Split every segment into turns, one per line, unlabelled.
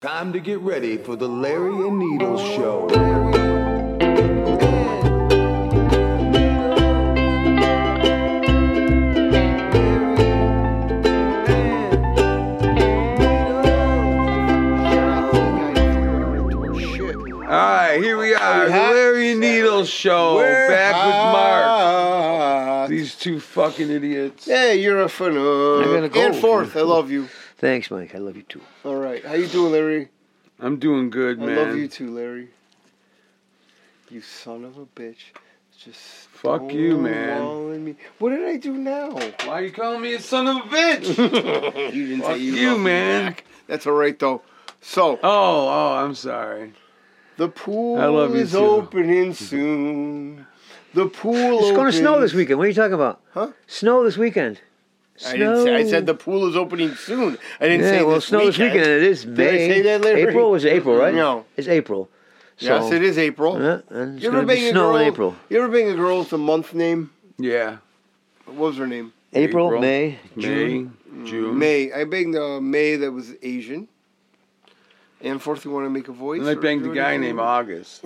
Time to get ready for the Larry and Needles show.
All right, here we are, the Larry and Needles show, back with Mark. These two fucking idiots.
Yeah, you're a fun. Uh,
gonna go.
And fourth, I love you.
Thanks, Mike. I love you too.
All right, how you doing, Larry?
I'm doing good, man.
I love you too, Larry. You son of a bitch. Just
Fuck you, man.
stonewalling Me. What did I do now?
Why are you calling me a son of a bitch?
You didn't
Fuck you,
love me
man.
back. That's all right though. So
oh, oh, I'm sorry.
the pool
I love you
is
too.
opening soon. The pool.
It's going to snow
opens-
this weekend. What are you talking about?
Huh?
Snow this weekend. Snow.
I, didn't say, I said the pool is opening soon. I didn't
yeah,
say
well,
this
snow this weekend. and It is May.
I say that, Larry?
April was it April, right?
No.
it's April.
yes,
So-
it is April.
Yeah, and it's
you ever
going to
bang
be
a
snow
girl?
in April.
You ever bang a girl with a month name?
Yeah.
What was her name?
April,
April.
May, June.
May, June.
May. I banged a May that was Asian. And fourth, you want to make a voice?
And I
or
banged
do
a guy
anything?
named August.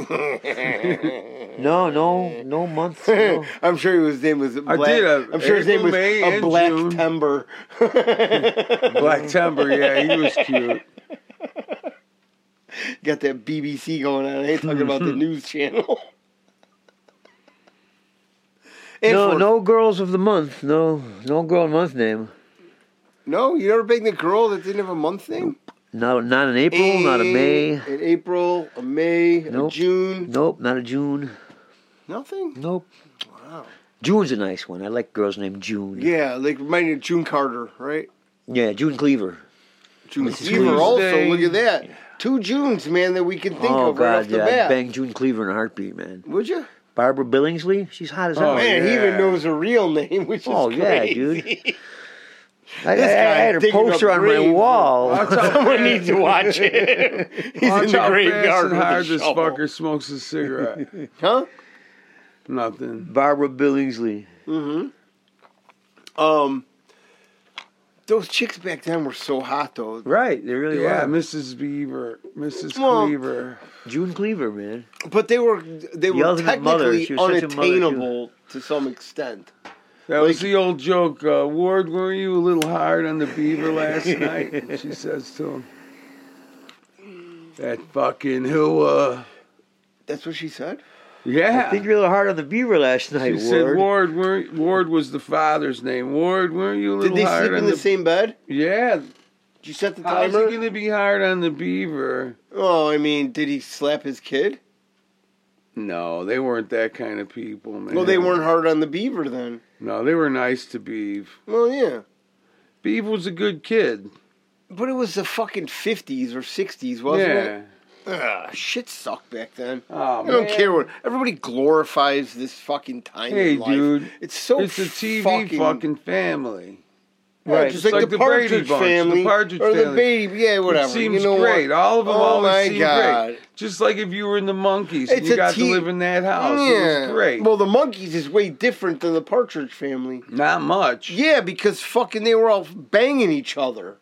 No, no, no month. no.
I'm sure his name was. Black.
did, uh,
I'm sure his
April,
name was
May,
a
and
Black
June.
Timber.
Black Timber, yeah, he was cute.
Got that BBC going on. I ain't talking about the news channel. And
No,
fourth-
no girls of the month. No, no girl month name.
no. You never banged a girl that didn't have a month name.
No, not an April, not a May.
An April, a May, a
Nope.
June.
Nope, not a June.
Nothing.
Nope.
Wow.
June's a nice one. I like girls named June.
Yeah, like reminded me of June Carter, right?
yeah June Cleaver.
June
It's
Cleaver also.
Tuesday.
Look at that. Two Junes, man, that we can think
oh
of
God,
right off the
yeah,
bat.
I'd bang June Cleaver in a heartbeat, man.
Would you?
Barbara Billingsley, she's hot as hell.
Oh,
man, he
yeah.
even knows her real name, which is
Oh, yeah,
crazy.
dude. I, I, I
This guy
had her
digging up
poster on my
graves.
wall.
Watch out,
Someone
man.
needs to watch it. He's
Watch
in the
how fast
graveyard
and
with a
hard this
shovel.
fucker smokes a cigarette.
Huh?
Nothing.
Barbara Billingsley.
Um, those chicks back then were so hot, though.
Right, they really
Yeah,
were.
Mrs. Beaver, Mrs.
Well,
Cleaver.
June Cleaver, man.
But they were they were
ultimate mother.
technically
She was such a mother, too.
unattainable to some extent.
That was the old joke. Uh, Ward, were you a little hard on the beaver last night? She says to him. That fucking who? Uh,
That's what she said.
yeah.
I think you're a little hard on the beaver last night,
she said Ward.
Ward.
Were, Ward was the father's name. Ward, were you a
Did
little
they
hard
sleep
on
in the, same bed?
Yeah.
Did you set the
How's he
timer?
gonna be hard on the beaver?
Oh, I mean, did he slap his kid?
No, they weren't that kind of people, man.
Well, they weren't hard on the beaver then.
No, they were nice to Beav.
Well, yeah.
Beav was a good kid.
But it was the fucking 50s or 60s, wasn't
Yeah.
it? Ugh, shit sucked back then.
Oh,
I don't
man.
care what. Everybody glorifies this fucking time
Hey,
in life.
dude.
It's so
It's a TV
fucking.
fucking, family.
yeah,
Right.
It's
Just like,
like
the,
the Brady
Partridge
Bunch, the
family.
Partridge
or the
family.
baby. Yeah, whatever.
It seems
you know
great.
What?
All of them
Oh, my
always seem
God.
great. Just like if you were in the monkeys and
It's
you
a
got
te-
to live in that house. It
Yeah.
was great.
Well, the monkeys is way different than the Partridge family.
Not much.
Yeah, because fucking they were all banging each other.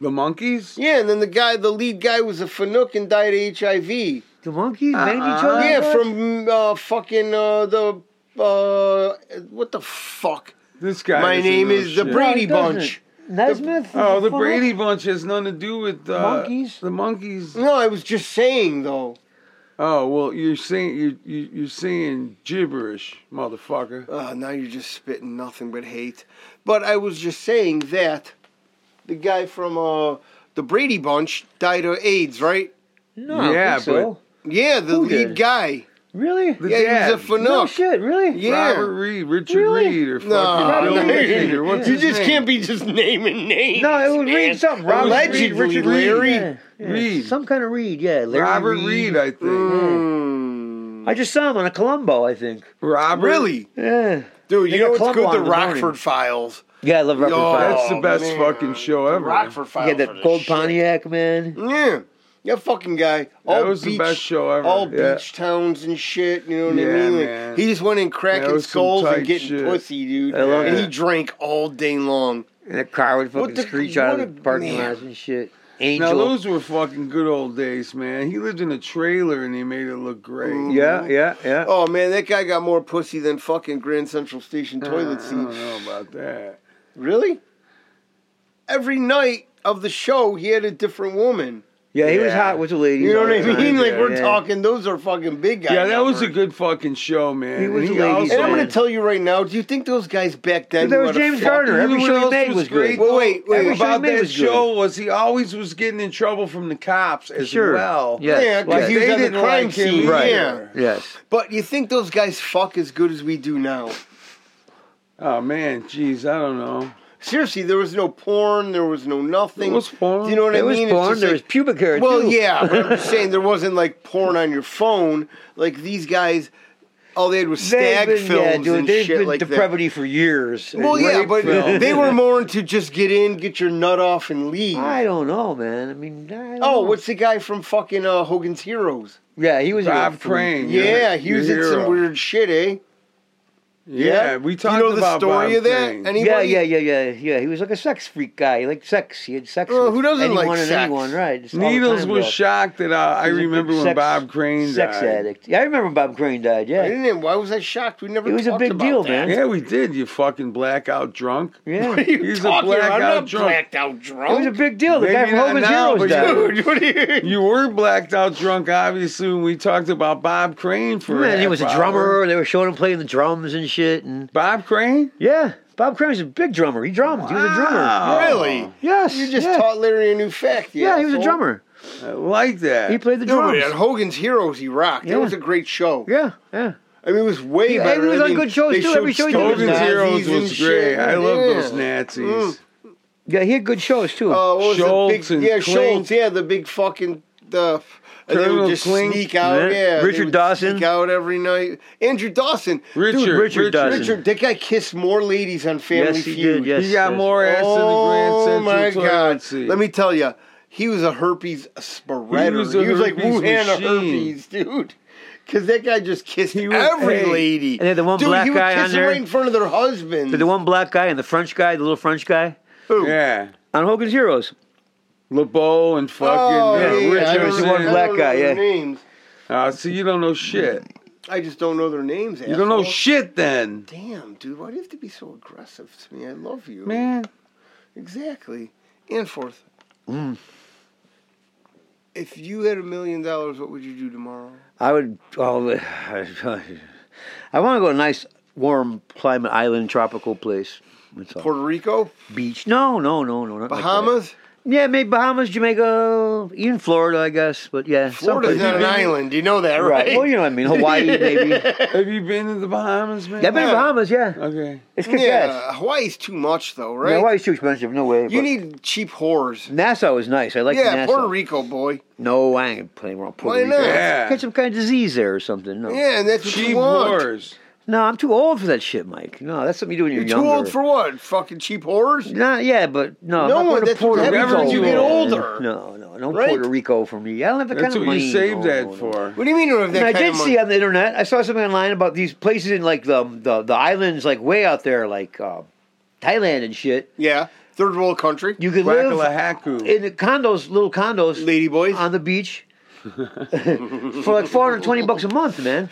The monkeys?
Yeah, and then the guy, the lead guy, was a Fanook and died of HIV.
The monkeys banged each other.
Yeah, from uh, fucking uh, the uh, what the fuck?
This guy.
My
doesn't
name
know
is the
shit.
No, it
Brady
doesn't.
Bunch.
Nesmith.
Oh, the
fuck.
Brady Bunch has nothing to do with uh,
Monkeys?
The monkeys.
No, I was just saying though.
Oh well, you're saying you you you're saying gibberish, motherfucker.
Uh, now you're just spitting nothing but hate. But I was just saying that the guy from uh, the Brady Bunch died of AIDS, right?
No, I don't
Yeah,
think so.
Yeah, the
Who
lead
did?
guy.
really?
The
Yeah, he
dad,
was a Fanook.
no shit, really?
Yeah.
Robert Reed, Richard
Really?
Reed, or
No,
fucking Bill Reed, or what's
you
his
just
name?
can't be just naming names.
No, it was
man.
Reed something. Robert
Allegedly,
Reed, Richard
Larry.
Yeah, yeah.
Reed.
Some kind of Reed, yeah. Larry
Robert Reed, I think.
Mm.
I just saw him on a Columbo, I think.
Robert.
Really,
Yeah.
dude?
They
You know
got
what's
Columbo
good? The
on the morning.
Rockford Files.
Yeah, I love Robert
Yo,
Files.
That's the best
man.
fucking show
The
ever.
Rockford Files.
He had
are the
that gold
shit.
Pontiac, man.
Yeah. That fucking guy. All
That was the
beach,
best show ever.
All
Yeah.
beach towns and shit. You know what I
Yeah,
mean? Like,
man.
He just went in
That
cracking
was some
skulls and
tight
getting
shit.
pussy, dude.
I love
and he
that.
drank all day long.
And that car would
What
fucking
the-
screech out
what
of the
a-
parking
man.
lot and shit.
Now
Angel.
those were fucking good old days, man. He lived in a trailer and he made it look great.
Mm. yeah, yeah, yeah.
Oh man, that guy got more pussy than fucking Grand Central Station
Uh, I
toilet seat.
don't know about that.
Really? Every night of the show, he had a different woman.
yeah, he was
yeah.
hot with the ladies.
You know
all
what I
the time.
mean? Like we're
Yeah.
talking, those are fucking big guys.
yeah, that was a good fucking show, man.
He was
And
a lady,
also-
And I'm gonna
Yeah.
tell you right now. Do you think those guys back then?
But there
knew
was
how to
James
fuck?
Garner. Every
You know
show
what
he
else
made was
great.
good.
Well, wait, wait.
Every show he
about
made
that
was good.
show was he always was getting in trouble from the cops as
Sure.
well.
Yes.
Yeah,
Like
because he was
they
on the
didn't
crime
like him
scene.
either.
Yeah.
Yes.
But you think those guys fuck as good as we do now?
Oh man, jeez, I don't know.
Seriously, there was no porn. There was no nothing.
There was porn.
Do you know what I
There was
mean? It's
porn.
just
There was
like-
pubic hair
Well,
too.
yeah, but I'm just saying there wasn't like porn on your phone. Like these guys, all they had was
They've
stag
been,
films
yeah, dude,
and
there's
shit
been
like that.
depravity for years.
Well, yeah,
rape
but
films.
they were more into just get in, get your nut off, and leave.
I don't know, man. I mean, I don't
Oh,
know.
what's the guy from fucking uh, Hogan's Heroes?
yeah? He was a
Bob
freak.
Crane.
Yeah,
you're-
he was
you're
in
a
some
hero.
weird shit, eh?
Yeah, we
Do you
talked
know the
about
story
Bob
of that?
Crane.
Any-
Yeah,
Anybody-
yeah, yeah, yeah, yeah. He was like a sex freak guy. He liked sex. He had sex.
Well,
with
who doesn't
anyone
like
and
sex?
Anyone, right? It's all the
Needles
time,
was
though.
shocked that uh, I, I
He was a
remember
big
when
sex-
Bob Crane
sex
died.
addict. Yeah, I remember when Bob Crane died.
I
Yeah,
didn't. Why was I shocked? We never.
It was a
talked
big
about
deal,
that.
man.
Yeah, we did. You fucking blackout drunk.
yeah.
What are you
He's a
talking about? I'm
blackout
not
drunk.
blacked out
It was a
drunk.
big deal. The guy
Maybe
from
not
Hogan's
now,
Heroes
but
died.
you-
Dude, what are you?
You were blacked out drunk, obviously, when we talked about Bob Crane for
Man, he
half
was a
hour.
drummer. They were showing him playing the drums and shit. And
Bob Crane?
yeah, Bob Crane was a big drummer. He drummed. He was a drummer.
Wow.
Really?
Yes.
You just
yeah.
taught Larry a new fact. you
Yeah, he was a
asshole.
drummer.
I like that.
He played the
No, but
drums.
at Hogan's Heroes, he rocked.
Yeah.
That was a great show.
Yeah, yeah.
I mean, it was way
Yeah,
better.
he was
I
on
mean,
good shows,
they
too.
showed
Every show he did was
Stones
Hogan's
Nazis
Heroes
and
was
shit.
great. I love
Yeah.
those Nazis.
Mm.
Yeah, he had good shows too.
Uh, what was the
Schultz
big,
and
yeah,
Klink.
Schultz. Yeah, the big fucking the. And they
Colonel
would just
Klink,
sneak out.
yeah.
Yeah, they
Richard
would
Dawson.
sneak out every night. Andrew Dawson.
Richard,
Dude, Richard Dawson.
Richard, that guy kissed more ladies on Family
yes, he
Feud.
did. Yes,
he got
yes.
more ass
Oh
than the
my
Grand Central
god!
toilet seat.
Let me tell you, he was a herpes spreader.
He
He
was
was,
a
like
herpes
Wuhan of
machine.
herpes, dude. Because that guy just kissed
He was-
every
hey.
lady.
And they had the one
dude,
black
he would
guy
kiss
on
them
there.
right in front of their husband.
But the one black guy and the French guy, the little French guy
Yeah.
on Hogan's Heroes.
LeBeau and fucking
oh,
uh,
yeah, I don't
Richards,
Richardson.
the one
remember-
black
I don't
guy,
remember
yeah.
their names.
Uh, so you don't know shit.
I just don't know their names.
You don't know
asshole.
shit then.
Damn, dude, why do you have to be so aggressive to me? I love you.
Man.
Exactly. And fourth.
Mm.
If you had a million dollars, what would you do tomorrow?
I would. Oh, I want to go to a nice, warm climate island, tropical place. That's all.
Puerto Rico,
Beach? No, no, no, no. Not like that.
Bahamas.
yeah, maybe Bahamas, Jamaica, even Florida, I guess. But yeah,
Florida's
someplace.
not an island. You know that, right?
Well, you know what I mean. Hawaii, maybe. yeah,
Have you been to the Bahamas, man?
I've been to Bahamas. Yeah,
Okay.
it's kick ass.
yeah, Hawaii's too much though,
Yeah,
right?
Hawaii's too expensive. No way.
you
but-
need cheap whores.
Nassau is nice. I like
yeah,
Nassau.
Puerto Rico boy.
No, I ain't playing around Puerto
Why
Rico.
not?
Yeah.
Catch some kind of disease there or something. No.
Yeah, and that's what
Cheap
you want.
whores.
No, I'm too old for that shit, Mike. No, that's something you do when you're,
You're
younger.
too old for what? Fucking cheap whores?
Nah, yeah, but no.
No
I'm not
one-
going to
that's
Puerto
what
Rico.
happens when you get
man.
older.
No, no, no
Right?
Puerto Rico for me. I don't have the
That's
kind of
what
money.
you saved
no,
that
Oh,
no, no.
for.
What do you mean you don't have that
And I
kind
did
of money?
see on the internet. I saw something online about these places in like the the, the islands, like way out there, like uh, Thailand and shit.
yeah, third world country.
You could live
Wackalahaku.
in the condos, little condos,
Lady boys,
on the beach for like 420 bucks a month, man.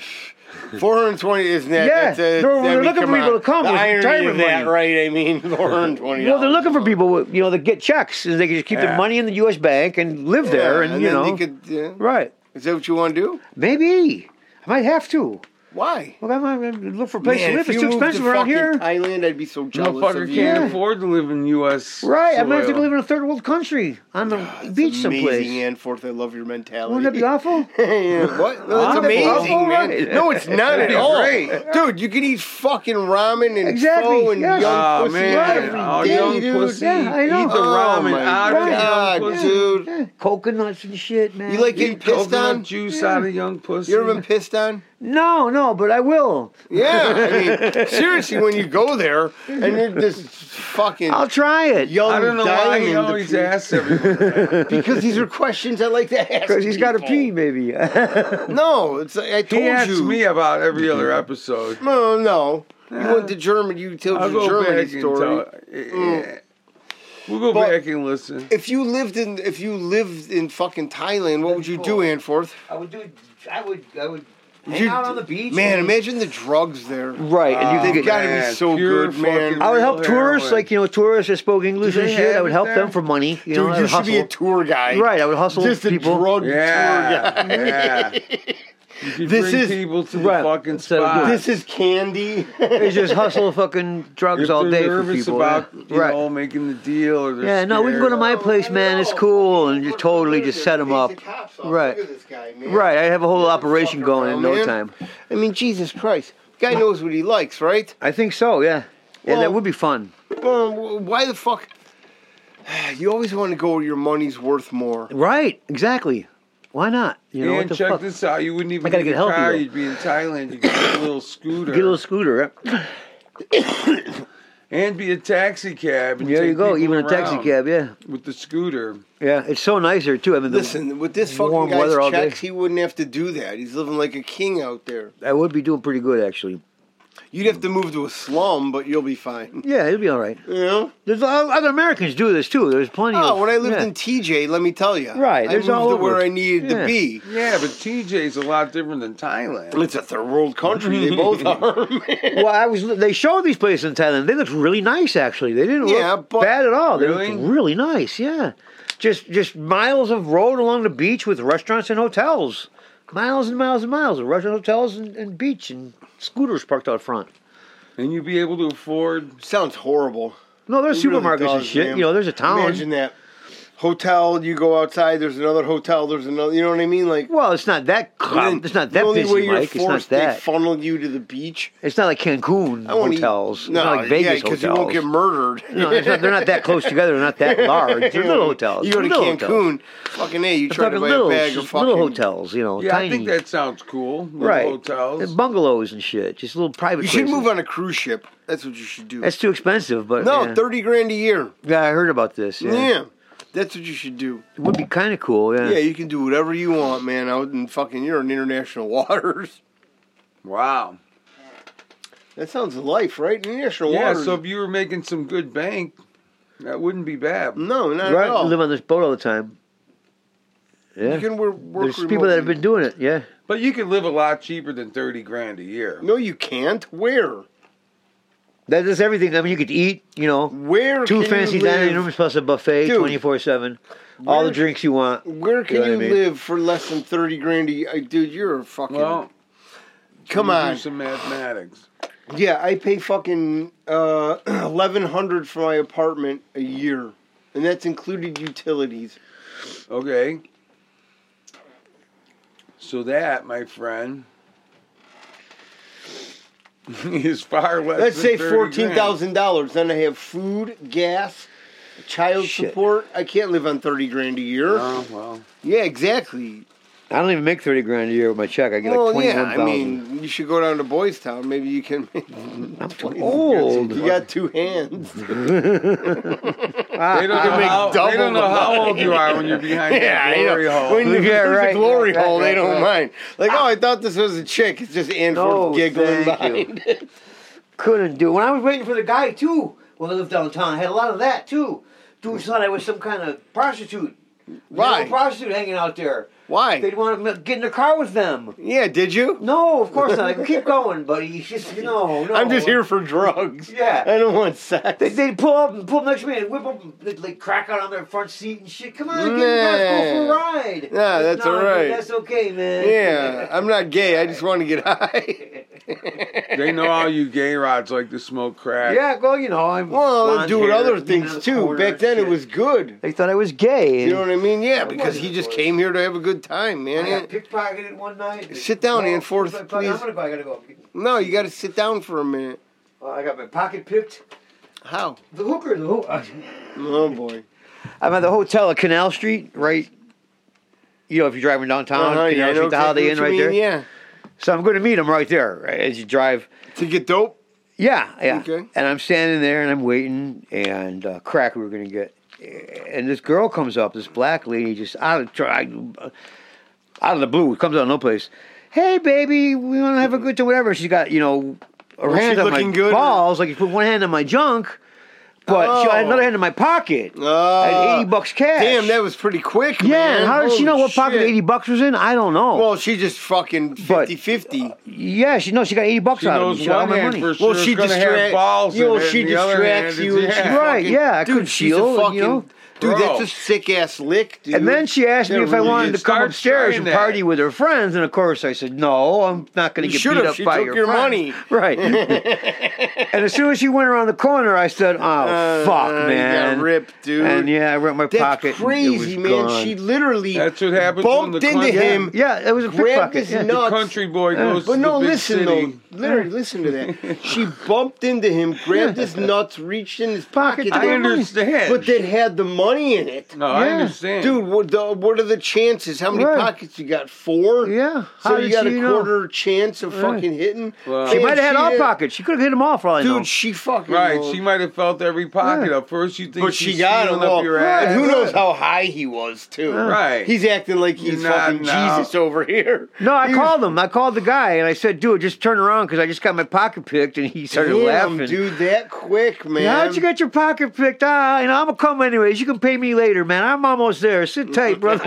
four hundred twenty isn't that?
Yeah,
that's a,
they're-
I
they're
mean,
looking for
on.
people to come
The
with
irony
retirement
of that,
money.
right? I mean, four hundred twenty.
Well, they're looking for people, with, you know, that get checks and they can just keep
Yeah.
their money in the U.S. bank and live there, and, you
then
know,
you could, yeah.
right?
is that what you want to do?
Maybe I might have to.
Why?
Well, I might look for a place
Man,
to
if
live. It's
you
too
moved to
expensive around
fucking
here,
Thailand, I'd be so jealous of
Motherfucker
you.
can't
Yeah.
afford to live in U.S.
right? I might have to
soil.
live in a third world country on the
That's
beach
amazing,
someplace.
Ann Forth. I love your mentality.
Wouldn't that be awful?
Yeah, what? No, that's
Huh?
amazing,
All
man.
right.
No, it's not at
be
all.
great.
Dude, you can eat fucking ramen and
Exactly,
pho and
yes.
young
Oh,
pussy
man.
every
Oh,
day,
young
dude.
pussy.
Yeah, I know.
Eat the
Oh,
ramen
my
out of
God,
young pussy.
dude.
Yeah. Coconuts and shit, man.
You like
Eat
getting pissed
coconut
on?
juice out of young pussy.
You ever been pissed on?
No, no, but I will.
Yeah. I mean, seriously, when you go there and you're just fucking
I'll try it.
young,
I don't know why
dying
he
to
always
pee.
asks everyone.
Because these are questions I like to ask.
because he's got to
people.
pee, maybe.
No, it's like I told
He asks
you.
me about every other episode.
No, no. You went to Germany. You told
I'll
your
go back
Germany
and
story.
tell. We'll go
But-
back and listen.
If you lived in if you lived in fucking Thailand, what would you do, Anforth?
I would do. I would. I would hang
You'd-
out on the beach.
Man, Uh,
and-
imagine the drugs there.
Right, and you
They've
could get-
gotta
Yeah,
be so
pure
good, man.
fucking-
I would
real
help tourists,
heroin.
like you know, tourists that spoke English
Do
and
they
shit. I
have
would
it
help
there?
them for money. You know,
Dude,
I
you
would
should be a
hustle.
tour guide.
right, I would hustle
Just a
people.
drug
Yeah,
tour guy.
yeah. You could
This
bring
is-
people to the
right,
fucking
instead of
spot.
doing-
This is candy.
They just hustle fucking drugs
if
all
they're
day for
nervous
people.
about
yeah.
you
right.
know making the deal or they're
yeah, no, we can go to
scared.
my place, man. It's cool, and you totally just set them up. Right.
Look at this guy, man.
Right, I have a whole operation
fuck
going in
around,
no
man.
time.
I mean, Jesus Christ. Guy knows what he likes, right?
I think so. Yeah, yeah,
Well-
that would be fun.
Boom. Why the fuck? You always want to go where your money's worth more.
Right, exactly. Why not? You know what
and
the
check
fuck?
this out. You wouldn't even
I gotta
need
get
a
healthy,
car.
though.
You'd be in Thailand. You could get a little scooter
Get a little scooter. Yeah.
and be a taxi cab. And
There
take
you go.
people
Even a
around
taxi cab. Yeah,
with the scooter.
yeah. It's so nice there too. I mean, the,
Listen, with this fucking
Warm
guy's
weather all day.
checks, he wouldn't have to do that. He's living like a king out there.
I would be doing pretty good actually.
You'd have to move to a slum, but you'll be fine.
Yeah, it'd be all right.
You know?
There's o- other Americans do this too. There's plenty.
Oh,
of,
when I lived
yeah.
in TJ, let me tell you, I
Right, there's
moved
all
to
over.
where I needed
Yeah.
to be.
Yeah, but TJ's a lot different than Thailand.
It's a third world country. They both are. man.
well, I was. They showed these places in Thailand. They looked really nice, actually. They didn't
Yeah,
look
but-
bad at all. They
Really?
looked really nice. Yeah, just just miles of road along the beach with restaurants and hotels, miles and miles and miles of restaurant hotels and, and beach and scooters parked out front.
And you'd be able to afford.
Sounds horrible.
No, there's
It really
supermarkets and
does,
shit.
man.
You know, there's a town.
Imagine that. Hotel, you go outside, there's another hotel, there's another, you know what I mean? Like,
well, it's not that crowded. It's not that
the only way
busy,
you're
Mike. It's not
forced, they
that.
funnel you to the beach.
It's not like Cancun
I won't eat-
hotels.
No,
it's not like Vegas
yeah,
hotels.
you won't get murdered.
no, it's not, they're not that close together. They're not that large. They're little hotels.
You go to
little
Cancun,
hotels.
fucking a, you
I'm
try to
talking
buy
little,
a bag of
just
fucking
little hotels, you know,
Yeah,
tiny.
I think that sounds cool. Little
right.
Hotels.
And bungalows and shit, just little private.
You should
places.
move on a cruise ship. That's what you should do.
That's too expensive, but
no,
yeah.
thirty grand a year.
yeah, I heard about this.
Yeah.
Yeah,
that's what you should do.
it would be kind of cool. Yeah.
Yeah, you can do whatever you want, man. Out in fucking, you're in international waters.
Wow.
That sounds life, right? International
Yeah.
waters.
So if you were making some good bank, that wouldn't be bad.
no, not
right.
at all.
Live on this boat all the time. Yeah,
You can wor- work
there's people that have
remotely.
been doing it. Yeah,
But you could live a lot cheaper than thirty grand a year.
No, you can't. Where?
that is everything. I mean, you could eat. You know,
Where?
two
can
fancy
you live?
dining rooms plus a buffet,
Dude.
twenty four seven, all the
Where-
drinks you want.
Where can you,
know what I mean?
live for less than thirty grand? A year? Dude, you're a fucking.
Well,
come
you
on.
do some mathematics.
Yeah, I pay fucking uh, eleven hundred for my apartment a year, and that's included utilities.
Okay. So that, my friend, is far less.
Let's
than
say
30 grand.
fourteen thousand dollars. Then I have food, gas, child
Shit.
support. I can't live on thirty grand a year.
Oh well,
Yeah, exactly.
I don't even make thirty grand a year with my check. I get
well,
like twenty
yeah.
one
I
thousand.
mean, you should go down to Boys Town. Maybe you can.
I'm too old.
you got two hands.
they don't know,
Ah, make
how, they
double
don't know
the
how
money.
old you are when you're behind that
I know.
glory hole.
When you
Yeah,
yeah,
right,
a glory
right,
hole,
right,
they don't
right. Ah.
mind. Like, oh, I thought this was a chick. It's just Anford
No,
giggling
thank
behind.
couldn't do. When I was waiting for the guy too, when I lived downtown, I had a lot of that too. Dudes thought I was some kind of prostitute.
Why?
Little prostitute hanging out there.
Why?
They'd want to get in the car with them.
Yeah, did you?
No, of course not. I go, keep going, buddy. You just- no, no.
I'm just here for drugs.
Yeah.
I don't want sex.
They, they'd pull up and pull up next to me and whip up, they'd, like crack out on their front seat and shit. Come on, get in the car, let's go for a
Nah.
ride.
Nah,
Like,
that's
"No, dude,
alright."
That's okay, man.
yeah, I'm not gay. I just want to get high.
They know all you gay rods like to smoke crack.
Yeah, well, you know, I'm.
Well,
blonde
do
hair,
other
leaning on
things
the
too.
corner
Back
and
then,
shit.
it was good.
They thought I was gay.
You know what I mean? Yeah, because
wasn't
he
a
just
boy.
came here to have a good time, man.
I
Yeah.
got pickpocketed one night.
Sit down, Ann
Ian
Forth,
I'm
please.
gonna go. I gotta go.
No, you got to sit down for a minute.
Uh, I got my pocket picked.
How?
The hooker. The hoo-
Oh boy.
I'm at the hotel at Canal Street, right. You know, if you're driving downtown,
Uh-huh, yeah, I
Canal
know
Street, the Holiday
exactly
Inn,
what
right
you
there.
mean, Yeah.
So I'm going to meet him right there right, as you drive.
To get dope.
Yeah, yeah.
Okay.
And I'm standing there and I'm waiting, and uh, crack we were going to get. And this girl comes up, this black lady, just out of try, out of the blue, comes out of no place. Hey, baby, we want to have a good time, whatever. She's got, you know, her
Was she
hand on my
looking good or-
balls, like you put one hand on my junk. But she had
Oh.
another hand in my pocket. I had
Ah.
80 bucks cash.
Damn, that was pretty quick,
Yeah,
man.
and how did
Holy
she know what pocket
shit.
80 bucks was in? I don't know.
Well, she just fucking
But- uh,
50 50.
yeah, she knows she got 80 bucks
She
out of
knows
me. She got all
one
my
hand
money.
for sure.
Well, she
is gonna have
distract-
balls.
you know,
in it,
she
and the other
distracts
hand
you
is-
and she
yeah.
Right, yeah, I couldn't
dude, she's a
feel,
fucking.
you know?
Dude,
Bro.
that's a sick ass lick, dude.
And then she asked me
Yeah,
if I
really,
wanted
it
to come
starts
upstairs
saying
and
that.
party with her friends, and of course I said no. I'm not going
You
to get
should've.
beat up
She
by
took
your,
your
friends.
money.
right? and as soon as she went around the corner, I said, "Oh
Uh,
fuck,
you got
man!"
ripped, dude.
And yeah, I ripped my
That's
pocket. and it
crazy,
was
man.
gone.
She literally
That's what happens when
bumped
the
into
country-
him.
yeah, it was a
Grabbed
pickpocket.
his
Yeah.
nuts.
Country boy goes
But
to
no,
the big
listen
city.
though. Literally, listen to that. She bumped into him, grabbed his nuts, reached in his pocket,
I
I
took-
understand.
but then had the money in it.
no, I
Yeah.
understand.
Dude, what, the, what are the chances? How many
Right.
pockets you got? Four.
Yeah.
So
How
you
did
got
she
a
know?
quarter chance of
Right.
fucking hitting.
Wow.
She
Man,
might have had all
did-
pockets. She could have hit them all for all I know.
Dude, she fucking
right?
knows.
She might have felt every pocket
Yeah.
up first. You think
but she got him
sealed up
all.
your ass?
And who knows how high he was too?
Right.
He's acting like he's
Nah,
fucking
nah.
Jesus over here.
no, I
He was-
called him. I called the guy and I said, "Dude, just turn around because I just got my pocket picked." And he started
Damn,
laughing.
dude, that quick, man.
How'd you get your pocket picked? Ah, you know, I'm gonna come anyways. You can pay me later, man. I'm almost there. Sit tight, brother.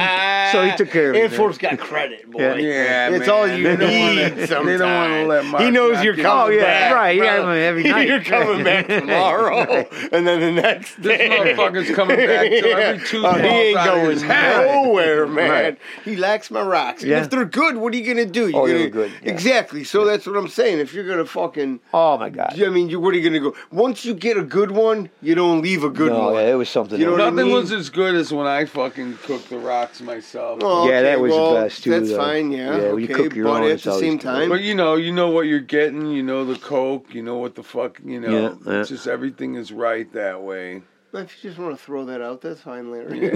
so he took care of me.
Air
man.
Force got credit, boy.
Yeah.
Yeah,
It's
man.
all you
They don't
need.
wanna- They
sometimes.
don't want to let Mark.
he knows
knock
you're
you
coming
Oh, yeah,
back.
right. Yeah,
brother.
I mean, every night.
you're coming back tomorrow, and then the next
This
day.
motherfucker's coming back to every
Yeah.
two
Oh, he ain't
balls out of
going
his head.
nowhere, man.
Right.
He likes my rocks. And
Yeah.
if they're good, what are you gonna do? You're
Oh, they
gonna,
were good, yeah.
Exactly. So that's what I'm saying. If you're gonna fucking,
Oh my god.
I mean, you, what are you gonna go? Once you get a good one, you don't leave a good
no,
one.
yeah, it was something.
You know
else.
what I
Nothing
mean?
was as good as when I fucking cooked the rocks myself.
Oh,
Yeah, that
okay,
was the
well,
best, too,
That's
though.
fine. Yeah.
Yeah,
okay,
when you cook your
but
own,
at
it's
the
always
same
good.
time,
But you know, you know what you're getting. You know the coke. You know what the fuck. You know,
Yeah, yeah.
it's just everything is right that way.
if you just want to throw that out, that's fine, Larry.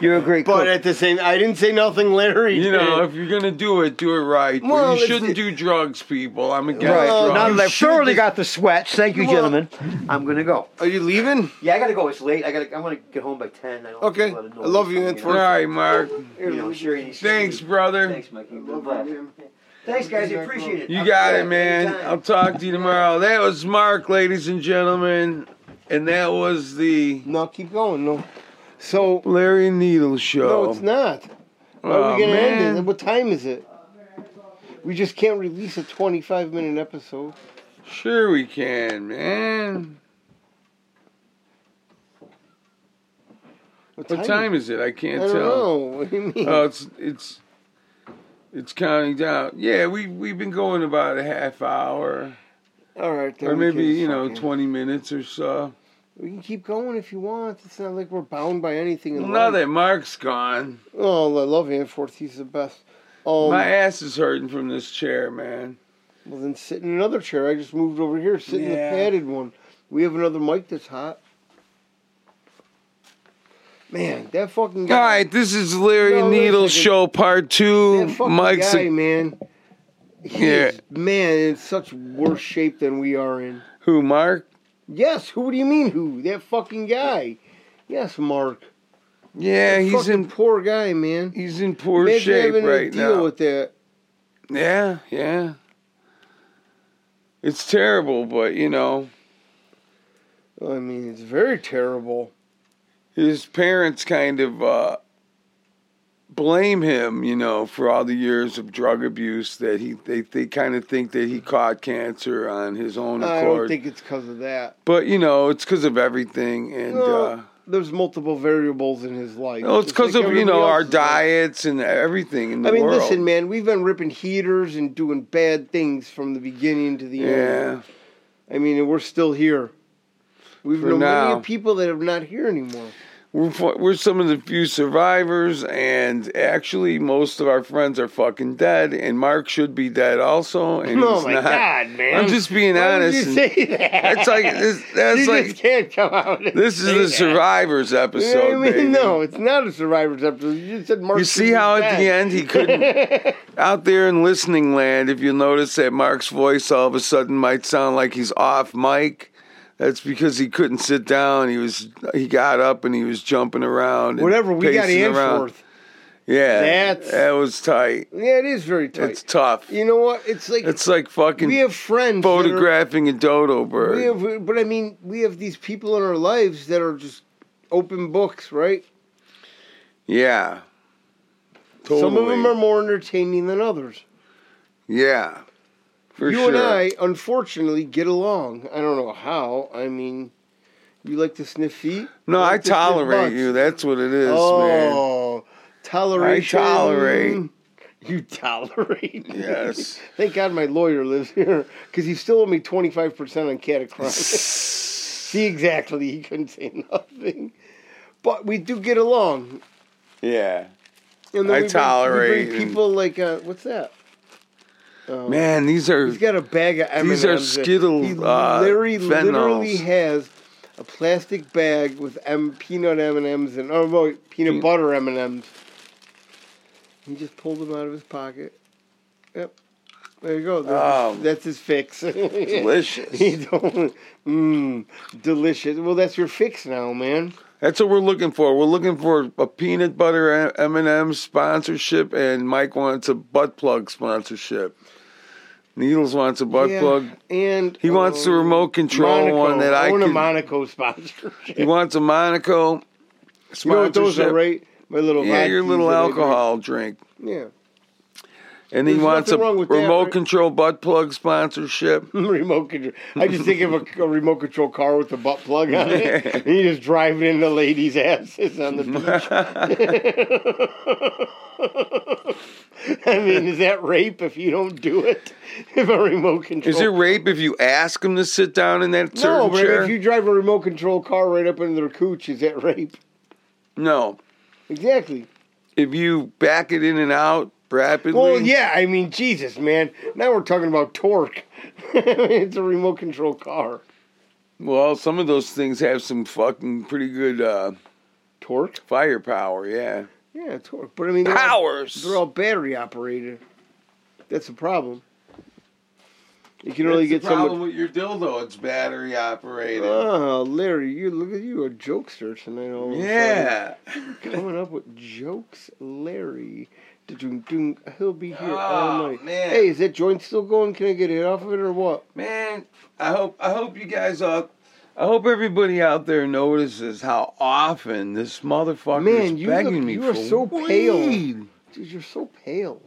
You're a great
But
cook.
at the same, I didn't say nothing, Larry.
You know,
did.
if you're gonna do it, do it right. But
Well,
you
it's-
shouldn't do drugs, people. I'm against
Right.
Well,
now
drugs.
you
that I've
should
thoroughly
just-
got the sweats. Thank you,
Well-
gentlemen. I'm gonna go.
Are you leaving?
Yeah, I gotta go. It's late. I gotta. I want to get home by ten. I don't
Okay.
think a lot of
I
noise
love you,
coming
Ed,
All
for-
out.
right, Mark.
You know, sure, you-
Thanks, brother.
Thanks, Mikey. Good luck. Thanks, guys. I appreciate it.
You
I'll
got
be
it,
back
man.
anytime.
I'll talk to you tomorrow. That was Mark, ladies and gentlemen, and that was the
No, keep going. No. So
Larry Needle Show.
no, it's not. How are
Oh,
we gonna
man.
end it? What time is it? We just can't release a 25 minute episode.
Sure, we can, man.
What
What time is it? I
I
can't
don't
tell.
know. What do you mean?
Oh, it's it's it's counting down. Yeah, we we've been going about a half hour,
All right. then
or
we
maybe
can
you know
fucking-
twenty minutes or so.
We can keep going if you want. It's not like we're bound by anything. In
Now
life.
that Mark's gone,
Oh, I love Anforth. He's the best. Um,
my ass is hurting from this chair, man.
Well, then sit in another chair. I just moved over here. Sit in the
Yeah.
padded one. We have another mic that's hot. Man, that fucking
All
guy.
right, this is Larry
No, there's
Needle
like a-
Show Part Two.
that fucking
Mike's
guy, man. He
Yeah.
is, man, in such worse shape than we are in.
who? Mark?
Yes, who do you mean who? That fucking guy. Yes, Mark.
Yeah,
That
he's
fucking
in
poor guy, man.
he's in poor
Imagine
shape
having to
right
deal
now.
with that.
Yeah, yeah. It's terrible, but you know.
I mean, it's very terrible.
his parents kind of uh, blame him, you know, for all the years of drug abuse that he they, they kind of think that he caught cancer on his own
I don't
accord.
think it's because of that.
but you know, it's because of everything, and
No.
uh,
There's multiple variables in his life.
no, it's because
like
of you know
everybody
our
else's life.
diets and everything in the
I mean,
world.
listen, man, we've been ripping heaters and doing bad things from the beginning to the
yeah,
end. I mean, and we're still here. We've
For
known
now.
many people that are not here anymore.
we're fu- we're some of the few survivors, and actually, most of our friends are fucking dead, and Mark should be dead also. And
oh
he's
my
not.
God, man!
I'm just being
Why would
honest.
you
and-
say that?
That's like this, that's
you
like
just can't come out. and
This is
say
the
that.
survivors
You know
episode.
what I mean,
baby.
no, it's not a survivor's episode. You just said Mark.
You see how at the end he couldn't. out there in listening land, if you notice that Mark's voice all of a sudden might sound like he's off mic, that's because he couldn't sit down. He was he got up and he was jumping around. and
Whatever we got
pacing around.
Anforth.
Yeah,
That's-
that was tight.
Yeah, it is very tight.
It's tough.
you know what? It's like
It's like fucking
we have friends. that are-
photographing a dodo bird.
We have, but I mean, we have these people in our lives that are just open books, right?
yeah, totally.
Some of them are more entertaining than others.
yeah, for
you
sure.
and I, unfortunately, get along. I don't know how. I mean, you like to sniff feet?
no, I
like to sniff
tolerate
butts.
you. That's what it is, man.
oh, toleration.
I tolerate.
You tolerate.
Yes.
Thank God my lawyer lives here because he still owed me 25% on Catacross. See, exactly. He couldn't say nothing. But we do get along.
Yeah,
And
I
we bring- we
tolerate
Bring
and-
people like, uh, what's that? Uh,
man, these are
He's got a bag of M&Ms.
These are Skittle,
He
uh,
literally, literally
Fentanyls.
has a plastic bag with M- peanut M&Ms and oh, boy, peanut
Pe-
butter M&Ms. He just pulled them out of his pocket. Yep. There you go. That's,
Oh.
that's his fix.
delicious.
You don't- mm, delicious. Well, that's your fix now, man.
That's what we're looking for. We're looking for a peanut butter M and M sponsorship, and Mike wants a butt plug sponsorship. Needles wants a butt
Yeah.
plug.
And
He wants the
um,
remote control
Monaco.
one that I
own a
could-
Monaco sponsorship.
He wants a Monaco sponsorship.
You know what those are, right? My little
Yeah, your
vodkas
little
that I drink.
alcohol drink.
Yeah,
And he
There's
wants a
nothing wrong with that,
remote
right?
control butt plug sponsorship.
remote control. I just think of a, a remote control car with a butt plug on it, and you just drive it into ladies' asses on the beach. I mean, is that rape if you don't do it? If a remote control
Is it rape if you ask him to sit down in that certain
no, but
chair?
if you drive a remote control car right up into their cooch, is that rape?
no.
Exactly.
If you back it in and out rapidly.
Well, yeah, I mean, Jesus, man. Now we're talking about torque. it's a remote control car.
Well, some of those things have some fucking pretty good uh,
Torque?
firepower, yeah.
Yeah, torque. But I mean, they're all-
Powers!
They're all battery operated. That's a problem. You can only get so much.
with your dildo. It's battery operated.
Oh, Larry, you look at you a jokester tonight. All of a sudden.
yeah.
coming up with jokes, Larry. Da-doom-doom. He'll be here
Oh,
all night.
man.
Hey, is that joint still going? Can I get it off of it or what?
Man, I hope I hope you guys are. I hope everybody out there notices how often this motherfucker
Man,
is
you
begging
look-
me
you
for
are so pale.
weed.
Dude, you're so pale.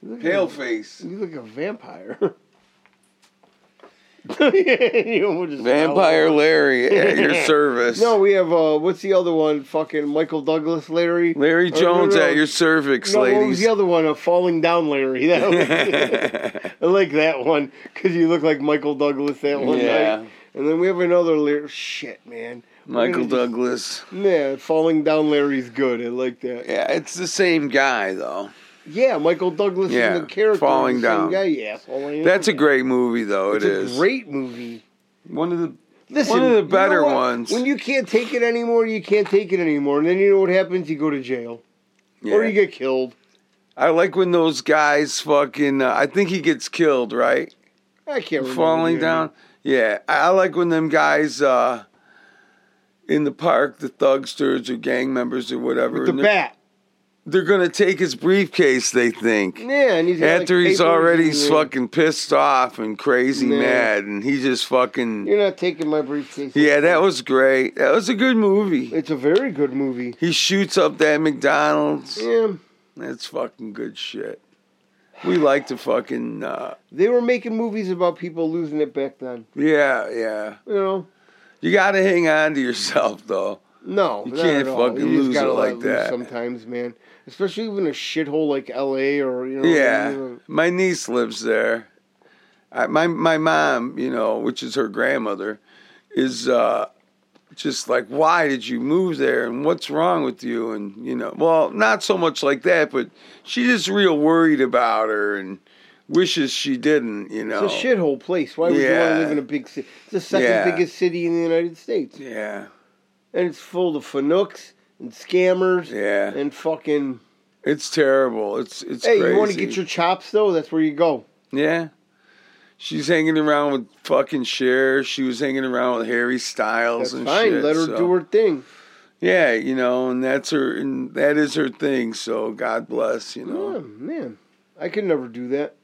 You look
Pale
like,
face.
You look like a vampire. You almost just-
Vampire Larry at your service.
No, we have uh, what's the other one? Fucking Michael Douglas, Larry.
Larry
Or no,
Jones
no,
at your cervix,
No, what was
ladies.
the other one? A falling down, Larry. That was- I like that one because you look like Michael Douglas that one
Yeah.
night. And then we have another Larry. Shit, man. We're
Michael
gonna just-
Douglas.
Yeah, falling down, Larry's good. I like that.
Yeah, it's the same guy though.
Yeah, Michael Douglas
Yeah,
is the character.
Falling
the same
Down.
Guy, yeah, asshole, I am.
That's a great movie though.
it's
It is
a great movie.
one of the
Listen,
One of the
you know
better
what?
ones.
When you can't take it anymore, you can't take it anymore, and then you know what happens? You go to jail
yeah.
or you get killed.
I like when those guys fucking. Uh, I think he gets killed, right?
I can't remember.
falling
the name.
down. Yeah, I I like when them guys uh, in the park, the thugsters or gang members or whatever,
With the
and they're,
bat.
they're gonna take his briefcase. They think
Yeah, and he's got, like,
after he's
papers
already
in there.
fucking pissed off and crazy
Nah.
mad, and he just fucking
You're not taking my briefcase.
yeah. That was great. That was a good movie.
It's a very good movie.
He shoots up that McDonald's.
Yeah,
That's fucking good shit. We like to fucking uh,
they were making movies about people losing it back then.
yeah, yeah.
You know,
You got to hang on to yourself though.
no,
You
not
can't
at all.
fucking
You just
lose
gotta
it
let
like that.
sometimes, man. Especially even a shithole like L.A. or you know.
Yeah,
you
my niece lives there. I, my my mom, you know, which is her grandmother, is uh, just like, why did you move there, and what's wrong with you, and you know, well, not so much like that, but she's just real worried about her and wishes she didn't, you
know,
know.
it's a shithole place. Why would you want
Yeah.
to live in a big city? It's the second
Yeah.
biggest city in the United States,
Yeah,
and it's full of fanooks and scammers
yeah,
and fucking.
it's terrible. It's it's
hey,
crazy.
you want to get your chops though? That's where you go.
yeah. She's hanging around with fucking Cher. She was hanging around with Harry Styles
That's
and
fine.
shit.
Let her
so-
do her thing.
yeah, you know, and that's her, and that is her thing. So God bless, you know.
Oh, man, I could never do that.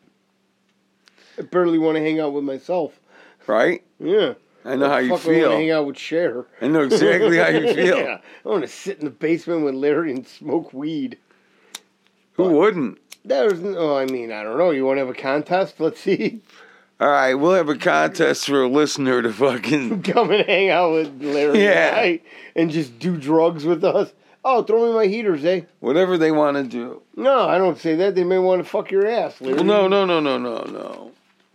I barely want to hang out with myself.
Right?
Yeah.
I know how you
Fuck, I want to hang
feel.
out with Cher.
I know exactly how you feel.
yeah. I want to sit in the basement with Larry and smoke weed.
Who wouldn't?
There's no, I mean, I don't know. You want to have a contest? Let's see.
All right, we'll have a contest for a listener to fucking.
Come and hang out with Larry
Yeah.
and I and just do drugs with us. Oh, throw me my heaters, eh?
whatever they want to do.
No, I don't say that. They may want to fuck your ass, Larry.
Well, no, no, no, no, no, no.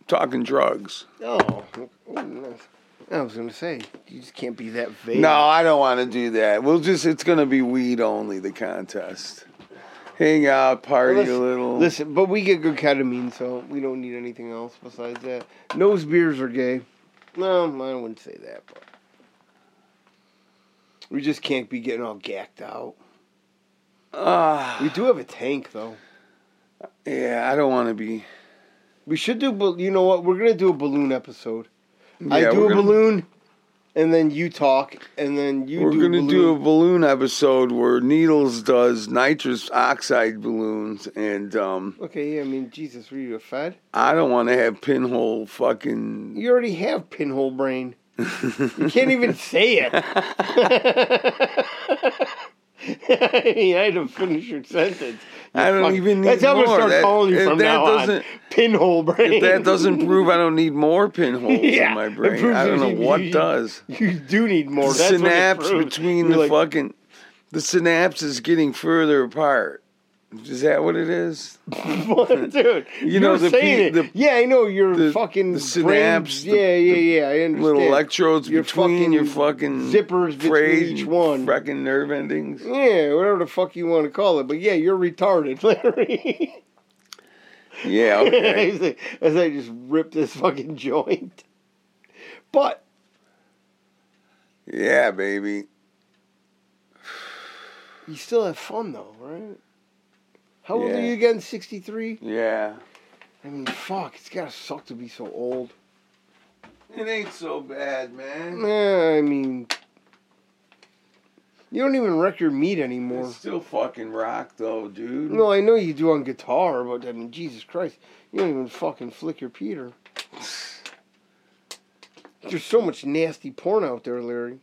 Talking drugs.
No. Oh, I was going to say, you just can't be that vague.
No, I don't want to do that. We'll just, it's going to be weed only, the contest. Hang out, party
Well,
a little.
Listen, but we get good ketamine, so we don't need anything else besides that. Nose beers are gay. No, I wouldn't say that, but we just can't be getting all gacked out.
Ah,
We do have a tank, though.
yeah, I don't want to be.
We should do. bal- You know what? We're gonna do a balloon episode. I
Yeah,
do
we're
a
gonna-
balloon, and then you talk, and then you.
We're
do
going to do a
balloon.
balloon episode where Needles does nitrous oxide balloons, and um,
Okay, yeah. I mean, Jesus, were you a fed?
I don't want to have pinhole fucking.
You already have pinhole brain. You can't even say it. I mean, I had to finish your sentence.
I don't
Fuck.
even need
That's how I'm
more.
gonna start
That-
calling you
if
from
that
now on.
doesn't-
Pinhole brain.
If that doesn't prove I don't need more pinholes
Yeah,
in my
it
brain,
proves
I don't know
you-
what
you-
does.
You do need more.
The
That's what it
synapse
proves.
between
You're
the
like,
fucking the synapse is getting further apart. Is that what it is?
What, dude? You
know,
know
the
the saying
pe-
it. yeah, I know your
the-
fucking
the synapse,
Brain,
the-
yeah, yeah, yeah. I understand.
Little electrodes
Your
between your
fucking
fucking
zippers between
frayed
each one.
fucking nerve endings.
yeah, whatever the fuck you want to call it, but yeah, you're retarded, Larry.
Yeah, okay.
as, I, as I just ripped this fucking joint. But
yeah, baby.
you still have fun though, right? How old
Yeah.
are you again? Sixty three.
Yeah.
I mean, fuck, it's gotta suck to be so old.
It ain't so bad, man.
Yeah, I mean, you don't even wreck your meat anymore.
It's still fucking rock though, dude.
No, I know you do on guitar, but I mean, Jesus Christ, you don't even fucking flick your Peter. There's so much nasty porn out there, Larry.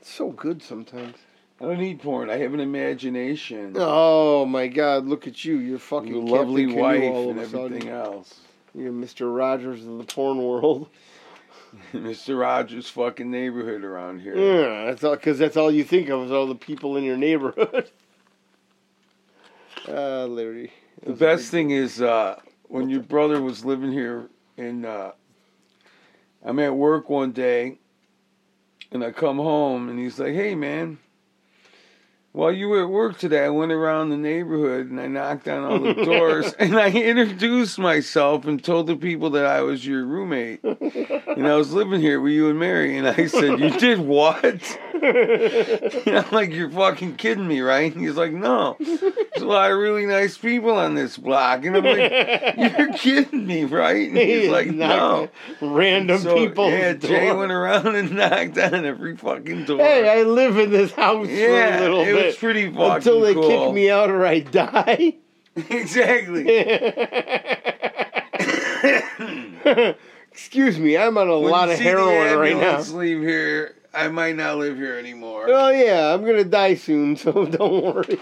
It's so good sometimes.
I don't need porn. I have an imagination.
Oh my God! Look at you. You're fucking
Your lovely
Captain Canoe
wife
all of
and
a sudden.
everything else.
You're Mr. Rogers of the porn world.
Mr. Rogers' fucking neighborhood around here.
Yeah, that's all. Because that's all you think of is all the people in your neighborhood. Ah, Larry.
The best thing is uh, when your brother was living here, and uh, I'm at work one day, and I come home, and he's like, "Hey, man, while you were at work today, I went around the neighborhood and I knocked on all the doors, and I introduced myself and told the people that I was your roommate, and I was living here with you and Mary." And I said, "You did what?" And I'm like, "You're fucking kidding me, right?" And he's like, "No." There's a lot of really nice people on this block. And I'm like, you're kidding me, right? And he's like, no.
Knocked on Random
So,
people.
yeah, Jay went around and knocked on every fucking door.
Hey, I live in this house
yeah,
for a little
it
bit
was pretty fucking
until they
cool.
kick me out or I die.
exactly.
Excuse me, I'm on a
When
lot
you
of
see the
heroin right now.
ambulance Leave here. I might not live here anymore.
Oh yeah, I'm gonna die soon, so don't worry.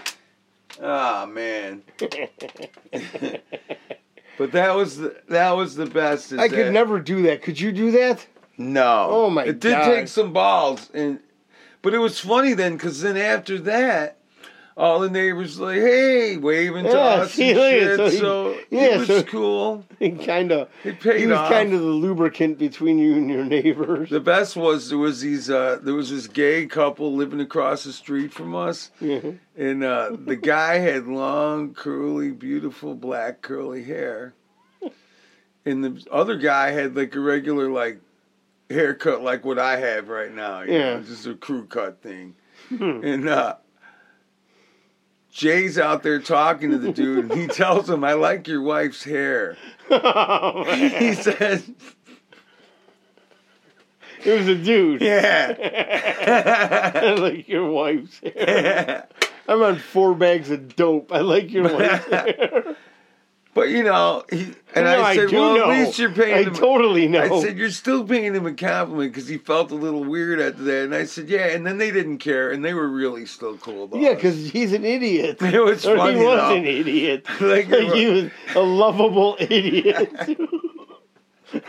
Ah man. but that was the, that was the best. is
I could
that-
never do that. Could you do that?
No.
Oh, my
It did
God.
take some balls, and but it was funny then because then after that, all the neighbors were like, hey, waving to
Yeah,
us
see
and
you later.
shit.
So he-
So, it
yeah,
was
so-
cool.
He kind of.
It paid
He was
off.
kind of the lubricant between you and your neighbors.
The best was there was these uh, there was this gay couple living across the street from us, and uh, the guy had long, curly, beautiful black curly hair, and the other guy had like a regular like haircut like what I have right now, you
Yeah.
know, just a crew cut thing, and uh, Jay's out there talking to the dude, and he tells him, "I like your wife's hair." he says.
It was a dude.
Yeah.
I like your wife's hair. I'm on four bags of dope. I like your wife's hair.
But you know, he, and
No,
I
I
said,
do
well,
know.
at least you're paying
I
him.
totally know.
I said, you're still paying him a compliment because he felt a little weird after that. And I said, yeah. And then they didn't care, and they were really still cool about
yeah,
it.
because he's an idiot.
It was
Or
funny,
he was
though.
an idiot.
Like,
Like, he was a lovable idiot.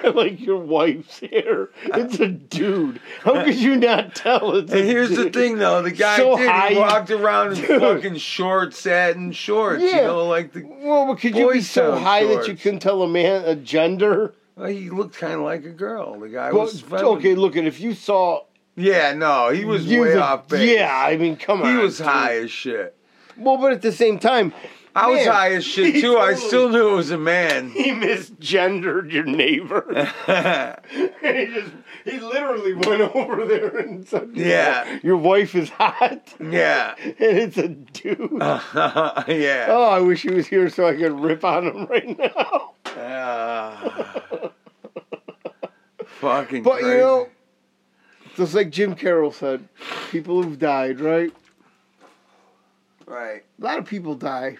I like your wife's hair. It's a dude. How could you not tell? It's a
And here's the
dude?
thing, though. The guy
So
did.
high-
He walked around in
Dude.
fucking short satin shorts. You
Yeah.
know, like the.
Well, but could you be
Boys
so
sound
high that
shorts.
you couldn't tell a man a gender?
Well, he looked kind of like a girl. The guy
Well,
was. feminine.
okay, look at if you saw
Yeah, no, he was
you
way
the-
off base.
Yeah, I mean, come
He
on.
was
dude.
high as shit.
Well, but at the same time,
I was
Man,
high as shit
he
too. I
totally-
still knew it was a man.
he misgendered your neighbor. he just he literally went over there and said,
Yeah.
your wife is hot," and
yeah.
it's a dude.
yeah.
Oh, I wish he was here so I could rip on him right now.
Ah. fucking
But you
crazy.
know, just like Jim Carroll said, people who've died, right?
right.
A lot of people die.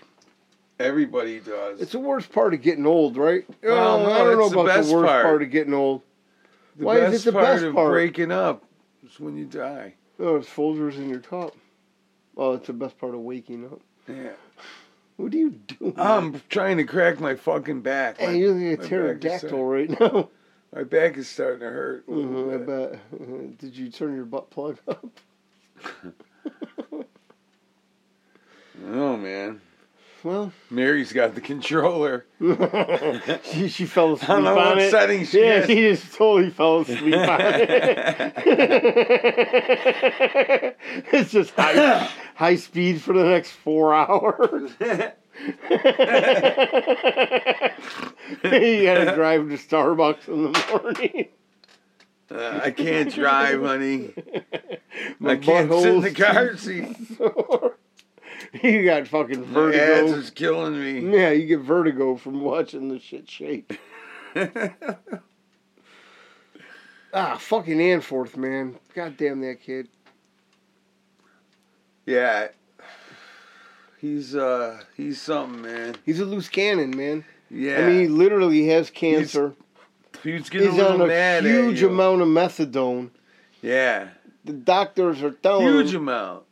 Everybody does.
It's the worst part of getting old, right? Oh,
Well, no,
I don't know
it's the
about the,
best
worst
part.
part. of getting old.
the
why
best
is it the
part
best
of
part?
breaking up is when you die.
Oh, it's Folgers in your cup. Oh, it's the best part of waking up.
Yeah.
What are you doing?
I'm trying to crack my fucking back.
hey,
My,
you're like
back
a
is
pterodactyl
sore.
right now.
my back is starting to hurt. a little
Mhm, I
bit.
bet. Did you turn your butt plug up?
Oh man.
Well,
Mary's got the controller.
she, she fell asleep
know
on
what
it.
setting she
yeah,
is.
she just totally fell asleep on it. it's just high, high speed for the next four hours.
Uh,
you gotta drive to Starbucks in the morning.
Uh, I can't drive, honey.
My
I can't sit in the
butthole's
car seat.
you got fucking
My ass
vertigo.
is killing me.
yeah, you get vertigo from watching the shit shake. ah, fucking Anforth, man. God damn that kid.
Yeah. He's uh he's something, man.
He's a loose cannon, man.
Yeah.
I mean, he literally has cancer.
he's getting
He's,
a
on
little
a
mad
huge
at you.
amount of methadone.
Yeah.
The doctors are telling
Huge
him.
amount.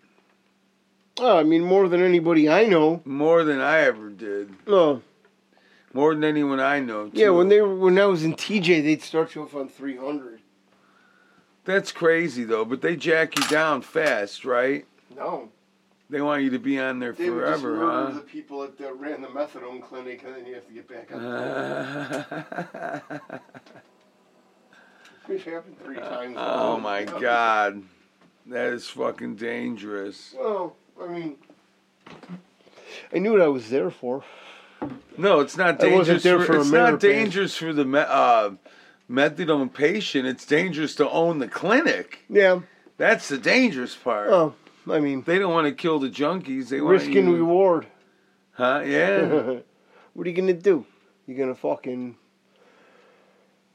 Oh, I mean, more than anybody I know.
More than I ever did.
No.
More than anyone I know. Too.
Yeah, when they were, when I was in TJ, they'd start you off on 300.
That's crazy though, but they jack you down fast, right?
No.
They want you to be on there
They would just
forever,
murder
huh?
the people that, that ran the methadone clinic, and then you have to get back on. Which happened three times.
oh my god. That is fucking dangerous.
Well, I mean, I knew what I was there for.
No, it's not
I
dangerous.
wasn't there
for,
for a
it's
mirror
not
pain.
dangerous for the me- uh, methadone patient. It's dangerous to own the clinic.
Yeah.
That's the dangerous part.
Oh, I mean,
They don't want to kill the junkies. They want
risk and
to,
reward.
huh? Yeah,
what are you gonna do? You gonna fucking?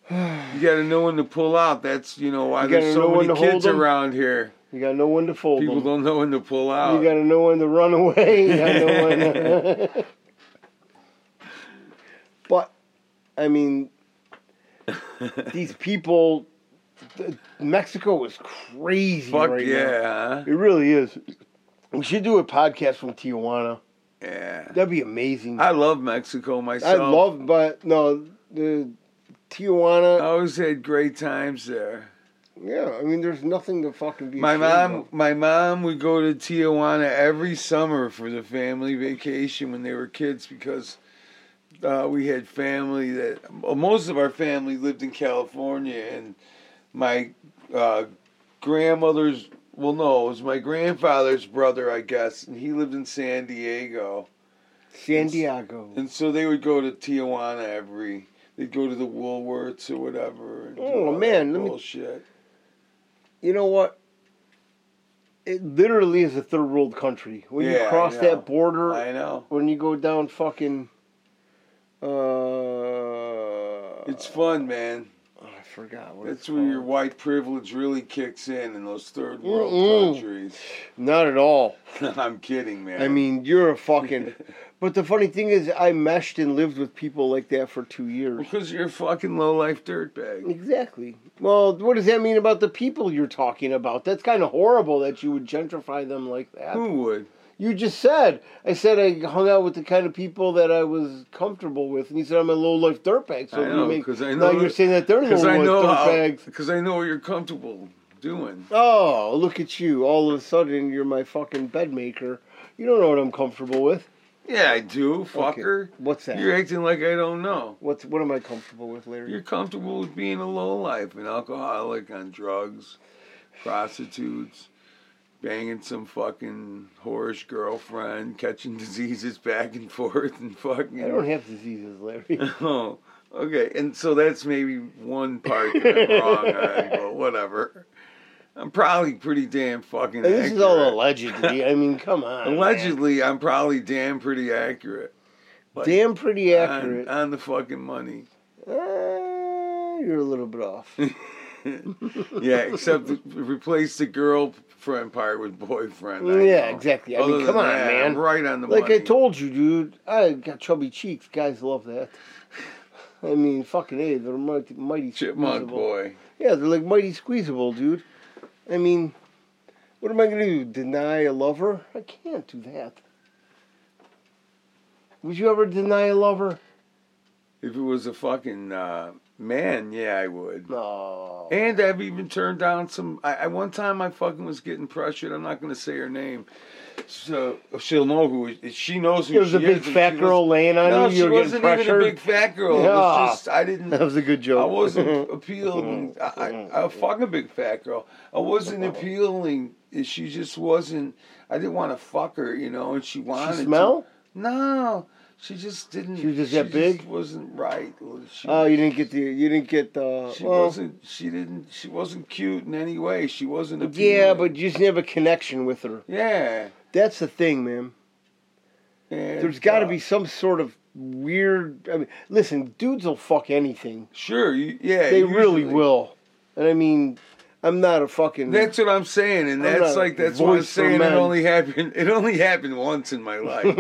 you got to know when to pull out. That's you know why
You
there's
gotta
so
know
many
when to hold
kids
'em.
around here.
You gotta know when to fold
People
'em.
don't know when to pull out.
You gotta know when to run away. You gotta know when. to- but, I mean, these people. th- Mexico is crazy
Fuck
right now.
yeah, huh?
It really is. We should do a podcast from Tijuana.
yeah.
That'd be amazing. I,
I love Mexico myself.
love, but no, the
I
Tijuana.
always had great times there.
yeah, I mean, there's nothing to fucking be.
My
ashamed
mom,
of.
my mom would go to Tijuana every summer for the family vacation when they were kids because uh, we had family that well, most of our family lived in California, and my uh, grandmother's well, no, it was my grandfather's brother, I guess, and he lived in San Diego,
San Diego.
and so they would go to Tijuana every. They'd go to the Woolworths or whatever. And do
Oh,
all that
man, let me-
bullshit.
You know what? It literally is a third world country. When
Yeah,
you
I
cross
know.
that border,
I know.
when you go down fucking. Uh,
It's fun, man.
I forgot what
That's
it's
where your
called.
white privilege really kicks in in those third world
Mm-mm.
countries.
Not at all.
I'm kidding, man.
I mean, you're a fucking. but the funny thing is, I meshed and lived with people like that for two years.
because you're a fucking low life dirtbag.
Exactly. Well, what does that mean about the people you're talking about? That's kind of horrible that you would gentrify them like that.
Who would?
You just said. I said I hung out with the kind of people that I was comfortable with, and you said I'm a low life dirtbag. So
I
you
know,
make-
'cause I know-
now you're saying that they're low
Because I
life
know how.
dirtbags.
Because I know what you're comfortable doing.
Oh, look at you! All of a sudden, you're my fucking bed maker. You don't know what I'm comfortable with.
Yeah, I do, fucker.
What's that?
You're acting like I don't know.
What's what am I comfortable with, Larry?
You're comfortable with being a low life, an alcoholic on drugs, prostitutes, banging some fucking whorish girlfriend, catching diseases back and forth, and fucking.
I don't have diseases, Larry.
Oh, okay. And so that's maybe one part that I'm wrong on, but whatever. I'm probably pretty damn fucking.
And this is all
accurate.
allegedly. I mean, come on. man.
Allegedly, I'm probably damn pretty accurate. Like,
Damn pretty
on-
accurate.
On, the fucking money.
Uh, you're a little bit off.
Yeah, except th- replace the girlfriend part with boyfriend. I
yeah,
know.
exactly. I
Other
mean,
than
come on,
that,
man.
I'm right on the
Like
money.
I told you, dude, I got chubby cheeks. Guys love that. I mean, fucking a, they're mighty, mighty
Chipmunk
squeezable.
boy.
Yeah, they're like mighty squeezable, dude. I mean, what am I gonna do? Deny a lover? I can't do that. Would you ever deny a lover?
If it was a fucking uh, man, yeah, I would.
No.
And I've even turned down some. I, I one time I fucking was getting pressured. I'm not gonna say her name, so she'll know who it- she knows who
There was
she
a big
is, and
fat
she
girl laying on
Was, no,
you.
she
You were getting
wasn't even a
pressured.
big fat girl. It
Yeah.
was just I didn't.
That was a good
I
joke. Mm-hmm.
wasn't appealing. I, I, I fucking big fat girl. I wasn't appealing. She just wasn't. I didn't want to fuck her, you know. And she wanted. to-
smell?
No, she just didn't.
She was just that big?
wasn't right. She-
Oh, you didn't get the. You didn't get the.
she
well,
wasn't. She didn't. She wasn't cute in any way. She wasn't. Appealing.
yeah, but you just didn't have a connection with her.
yeah.
That's the thing, man.
And,
There's got to
uh,
be some sort of weird. I mean, listen, dudes will fuck anything.
Sure. You, yeah.
They really
usually.
will. And I mean, I'm not a fucking.
That's what I'm saying, and
I'm
that's
not
like that's what I'm
voice for
saying. It
men.
only happened. It only happened once in my life.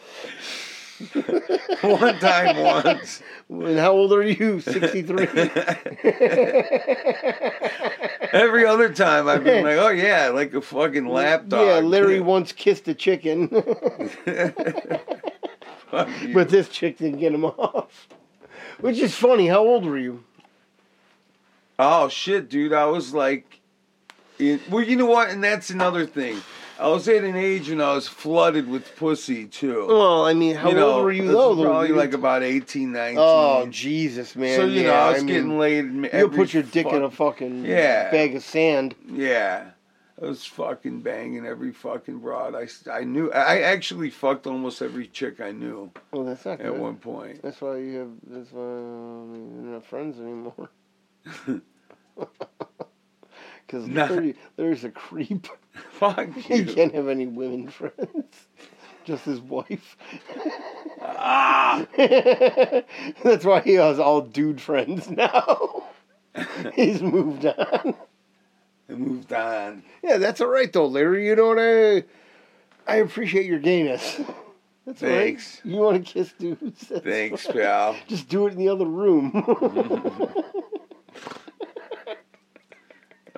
One time, once.
and how old are you? 63.
Every other time, I've been like, "Oh yeah, like a fucking lapdog."
yeah, Larry once kissed a chicken,
Fuck you.
but this chick didn't get him off. Which is funny. How old were you?
Oh shit, dude! I was like, it, well, you know what? And that's another thing. I was at an age when I was flooded with pussy too.
Well, I mean, Oh, how
you know,
old were you
this is
though? though?
Probably
You
like
didn't-
about 18, 19.
Oh Jesus, man!
so you
yeah,
know, I was
mean,
getting laid.
You'll put your dick in a fucking
Yeah.
bag of sand.
Yeah. I was fucking banging every fucking broad. I, s- I knew. I actually fucked almost every chick I knew
Well, that's not
at
good.
one point.
That's why you have. That's why um, you're not friends anymore. Because
Nah.
Larry, Larry's a creep.
Fuck
He
you.
can't have any women friends. Just his wife.
Ah!
That's why he has all dude friends now. He's moved on.
I moved on.
Yeah, that's all right though, Larry. You know what I? I appreciate your gayness. That's all right.
Thanks.
You want to kiss dudes? That's
Thanks,
fine.
pal.
Just do it in the other room.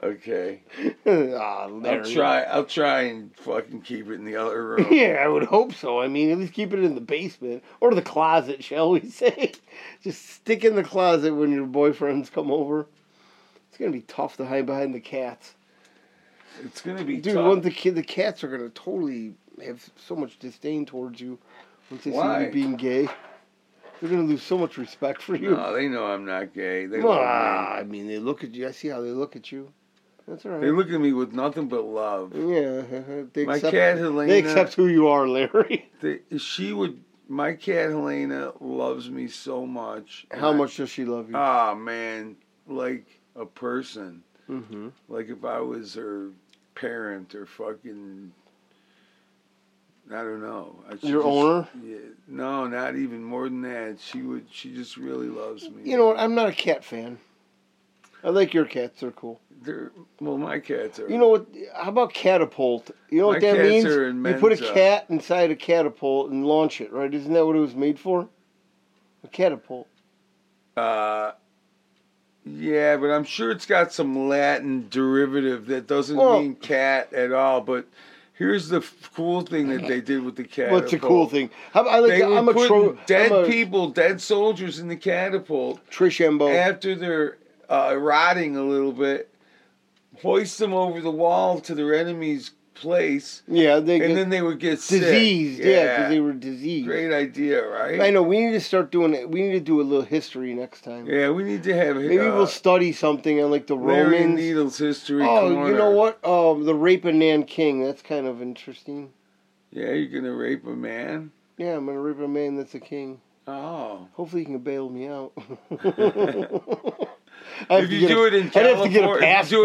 Okay.
Ah, Larry.
I'll try. I'll try and fucking keep it in the other room.
Yeah, I would hope so. I mean, at least keep it in the basement or the closet, shall we say? Just stick in the closet when your boyfriends come over. It's gonna be tough to hide behind the cats,
It's gonna be
dude.
tough.
Once the kid, the cats are gonna totally have so much disdain towards you once they see
Why?
you being gay. They're gonna lose so much respect for you.
no, they know I'm not gay. They
Well,
love me.
I mean, they look at you. I see how they look at you. That's all right.
They look at me with nothing but love.
Mm. yeah, uh-huh. they
My
accept,
cat
They
Helena-
accept who you are, Larry.
They, she would. My cat Helena loves me so much.
How
And I-
much does she love you?
Ah man, like a person.
mm-hmm.
Like if I was her parent or fucking I don't know. I- she
Your
just-
owner?
Yeah, no, not even more than that. She would. She just really loves me.
You know what? I'm not a cat fan. I like your cats; they're cool.
They're, well, my cats are.
You know what? How about catapult? You know
My
what that
cats
means?
are in uh,
You put a
Mensa.
cat inside a catapult and launch it, right? Isn't that what it was made for? A catapult.
Uh, yeah, but I'm sure it's got some Latin derivative that doesn't
Well-
mean cat at all. But here's the f- cool thing that they did with the cat.
What's a cool thing? How, I like.
They were
I'm a
putting
tro-
dead
I'm a
people, dead soldiers in the catapult
Trish Embo.
after they're uh, rotting a little bit. Hoist them over the wall to their enemy's place,
yeah, they
and
get
then they would get sick.
diseased. Yeah, because they were diseased.
great idea, right?
I know. We need to start doing it. We need to do a little history next time.
Yeah, we need to have
Maybe
uh,
we'll study something on like the
Larry
Romans.
Needles history.
Oh, you
corner.
know what? Um, the rape of Nanking. That's kind of interesting.
Yeah, you're gonna rape a man.
Yeah, I'm gonna rape a man that's a king.
Oh,
Hopefully, he can bail me out.
if you do it in
I'd have to
California, if you
get a
do it in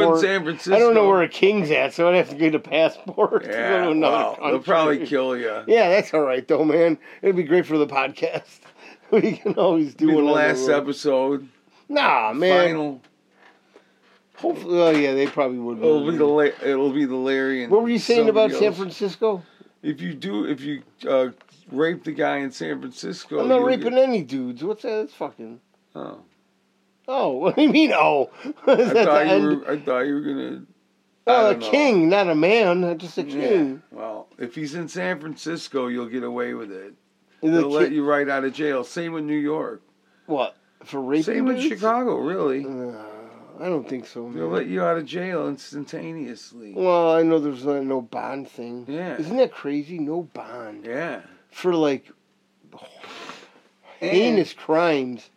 passport.
San Francisco,
I don't know where a king's at, so I'd have to get a passport. to go
Yeah,
to another
well, they'll
country.
probably kill you.
Yeah, that's all right though, man. It'd be great for the podcast. We can always do
Be the
one on
last
road.
episode,
Nah, man.
final.
Hopefully, oh yeah, they probably would.
It'll be the La- it'll be the Larry. And
what were you saying about
somebody
San
else.
Francisco?
If you do, if you uh, rape the guy in San Francisco,
I'm not
you'll
raping
Get,
any dudes. What's that? That's fucking.
oh,
Oh, what do you mean? Oh, Is
I
that the
thought you
end?
were. I thought you were gonna.
Oh,
I
a
don't know.
king, not a man. Just a
Yeah.
king.
Well, if he's in San Francisco, you'll get away with it.
Is
They'll
a
let
ki-
you right out of jail. Same with New York.
What for raping?
Same with
dudes?
Chicago,
Mm.
really.
Uh, I don't think so,
They'll
man.
let you out of jail instantaneously.
well, I know there's not no bond thing.
Yeah.
Isn't that crazy? No bond
Yeah.
for like heinous crimes.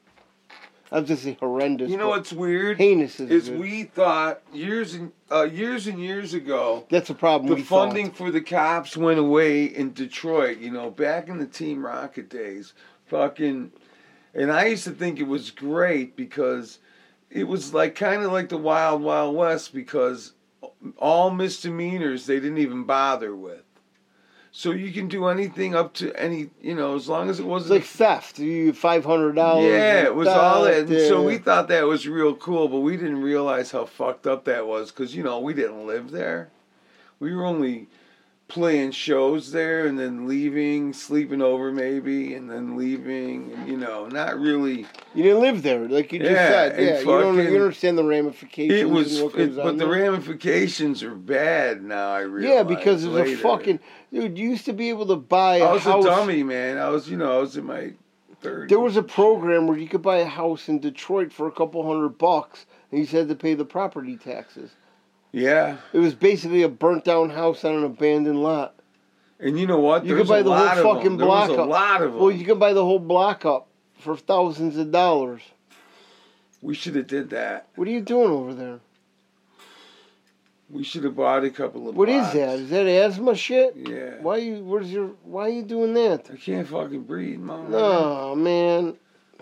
I'll just say horrendous.
You know
but
what's weird?
Heinous is,
Is
good.
we thought years and uh, years and years ago
That's a problem.
the
we thought.
funding for the cops went away in Detroit. You know, back in the Team Rocket days, fucking, and I used to think it was great because it was like kind of like the Wild Wild West because all misdemeanors they didn't even bother with. So you can do anything up to any, you know, as long as it
It's
wasn't
like theft. You five hundred dollars.
Yeah, it was all that. And so
yeah.
we thought that was real cool, but we didn't realize how fucked up that was because, you know, we didn't live there. We were only playing shows there and then leaving, sleeping over maybe, and then leaving, and, you know, not really.
you didn't live there, like you just
Yeah,
said.
and
Yeah, you don't, you
fucking-
don't understand the ramifications.
It was,
and what goes
it,
on
but the
there.
ramifications are bad now, I realize.
Yeah, because it was
later.
a fucking dude. You used to be able to buy a
I was
house.
a dummy, man. I was, you know, I was in my 30s.
There was a program where you could buy a house in Detroit for a couple hundred bucks, and you just had to pay the property taxes.
Yeah.
It was basically a burnt down house on an abandoned lot.
And you know what?
You
There
could
was a
buy the whole
lot of them.
fucking
There was
block
a
up.
lot of them.
Well, you could buy the whole block up for thousands of dollars.
We should have did that.
What are you doing over there?
We should have bought a couple of.
What is
blocks.
that? Is that asthma shit?
Yeah.
Why you? Where's your? Why are you doing that?
I can't fucking breathe, mom.
No, man.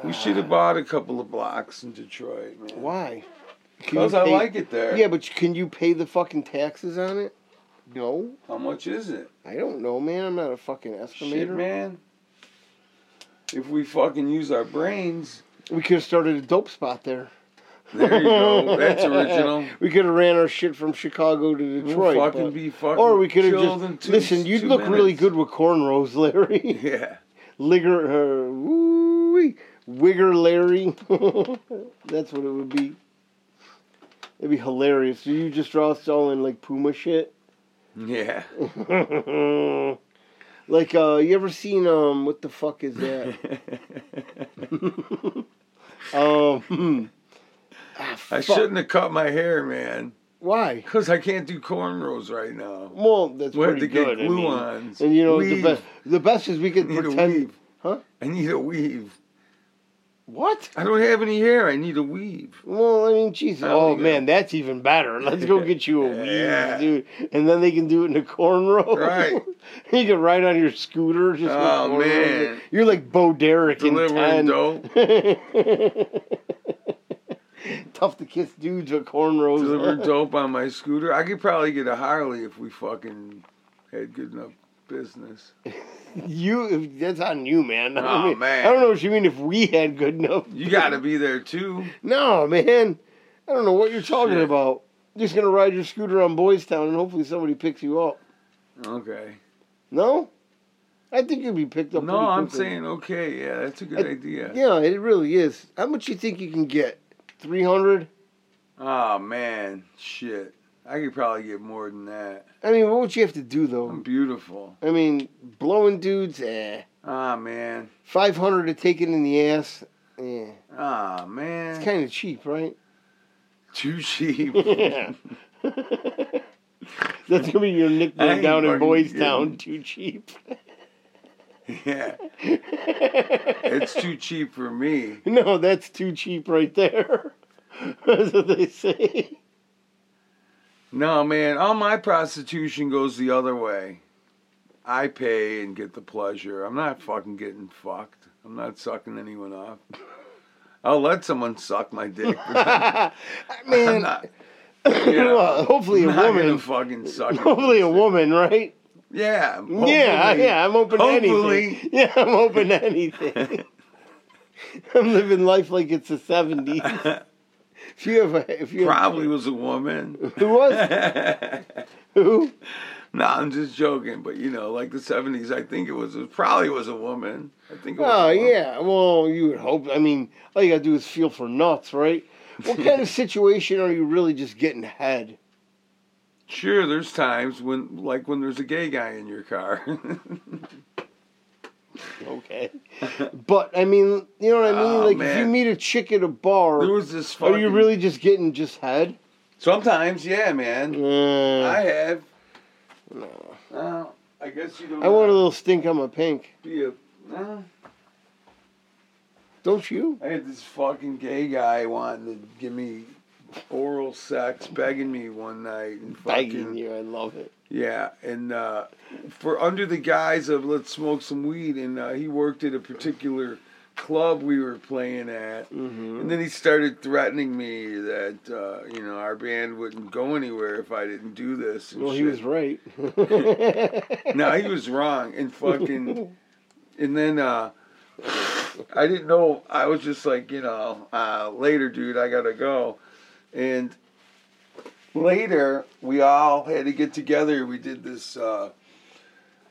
We should have bought a couple of blocks in Detroit, man.
Why? Can you
Because I
pay-
like it there.
Yeah, but can you pay the fucking taxes on it? No,
How much is it?
I don't know, man. I'm not a fucking estimator.
Shit, man. If we fucking use our brains,
We could have started a dope spot there.
there you go. That's original.
We could have ran our shit from Chicago to
We'll
Detroit.
fucking
but-
be fucking
or we could have
killed in
just
two-
listen. You'd
two
look really
minutes.
good with cornrows, Larry.
Yeah.
Ligger, uh, woo-wee. wigger, Larry. That's what it would be. It'd be hilarious. So you just draw us all in like Puma shit.
Yeah.
like uh, you ever seen um, what the fuck is that? um, hmm. Ah,
I
fuck.
shouldn't have cut my hair, man.
Why?
Because I can't do cornrows right now.
Well, that's
We have
pretty
to get
good. I
glue
mean.
ons.
And you know
weave.
the best. The best is we
I
could
need a
pretend.
weave.
Huh?
I need a weave.
What?
I don't have any hair. I need a weave.
Well, I mean, Jesus.
I don't
Oh
either.
man, that's even better. Let's go get you a
Yeah.
weave, dude, and then they can do it in a cornrow.
Right.
you can ride on your scooter. Just with
Oh,
cornrows.
man.
you're like Bo Derek
Delivering
in 10.
dope.
Tough to kiss dudes with cornrows.
deliver dope on my scooter. I could probably get a Harley if we fucking had good enough business.
You, that's on you, man. I don't
Oh,
mean-
man.
I don't know what you mean. If we had good enough,
You got to be there too.
No, man. I don't know what you're talking
Shit.
about. You're just gonna ride your scooter on Boys Town and hopefully somebody picks you up.
Okay.
No, I think you'd be picked up.
No,
pretty
I'm
quickly.
saying okay. Yeah, that's a good
I-
idea.
Yeah, it really is. How much you think you can get? Three hundred.
Oh man, shit. I could probably get more than that.
I mean, what would you have to do
I'm
though?
beautiful.
I mean, blowing dudes, eh?
Ah man.
Five hundred to take it in the ass. Yeah,
Ah man.
it's kind of cheap, right?
Too cheap.
Yeah. That's gonna be your
I
nickname
ain't
down in
fucking
Boys
kidding.
Town. Too cheap.
yeah. It's too cheap for me.
No, that's too cheap right there. That's what they say.
No man, all my prostitution goes the other way. I pay and get the pleasure. I'm not fucking getting fucked. I'm not sucking anyone off. I'll let someone suck my dick. but I'm
Man,
not, you know,
well, hopefully a
I'm not gonna
woman.
fucking suck.
Hopefully a
anyone's dick.
woman, right?
Yeah.
yeah,
hopefully.
yeah, I'm open to anything.
Hopefully.
Yeah, I'm open to anything. I'm living life like it's the 70s. If you have a, if you have-
Probably was a woman.
who was who?
no, I'm just joking. But you know, like the '70s, I think it was it probably was a woman. I think. It was
Oh
a woman.
yeah, well you would hope. I mean, all you gotta do is feel for nuts, right? What kind of situation are you really just getting head?
Sure, there's times when, like, when there's a gay guy in your car.
Okay. But I mean, you know what I mean?
Oh,
like if you
man.
meet a chick at a bar,
there was this. Fucking,
are Oh, you really just getting just head?
Sometimes, yeah, man.
Uh,
I
I,
have. No. I guess you don't.
want a little stink on my pink.
be a. no.
Don't you?
I had this fucking gay guy wanting to give me oral sex, begging me one night, and fucking.
Begging you, I love it.
Yeah, and uh, for under the guise of let's smoke some weed, and uh, he worked at a particular club we were playing at,
Mm-hmm.
and then he started threatening me that uh, you know our band wouldn't go anywhere if I didn't do this. And
Well, he
shit.
was right.
No, he was wrong, and fucking, and then uh, I didn't know. I was just like, you know, uh, later, dude, I gotta go, and later we all had to get together. We did this uh,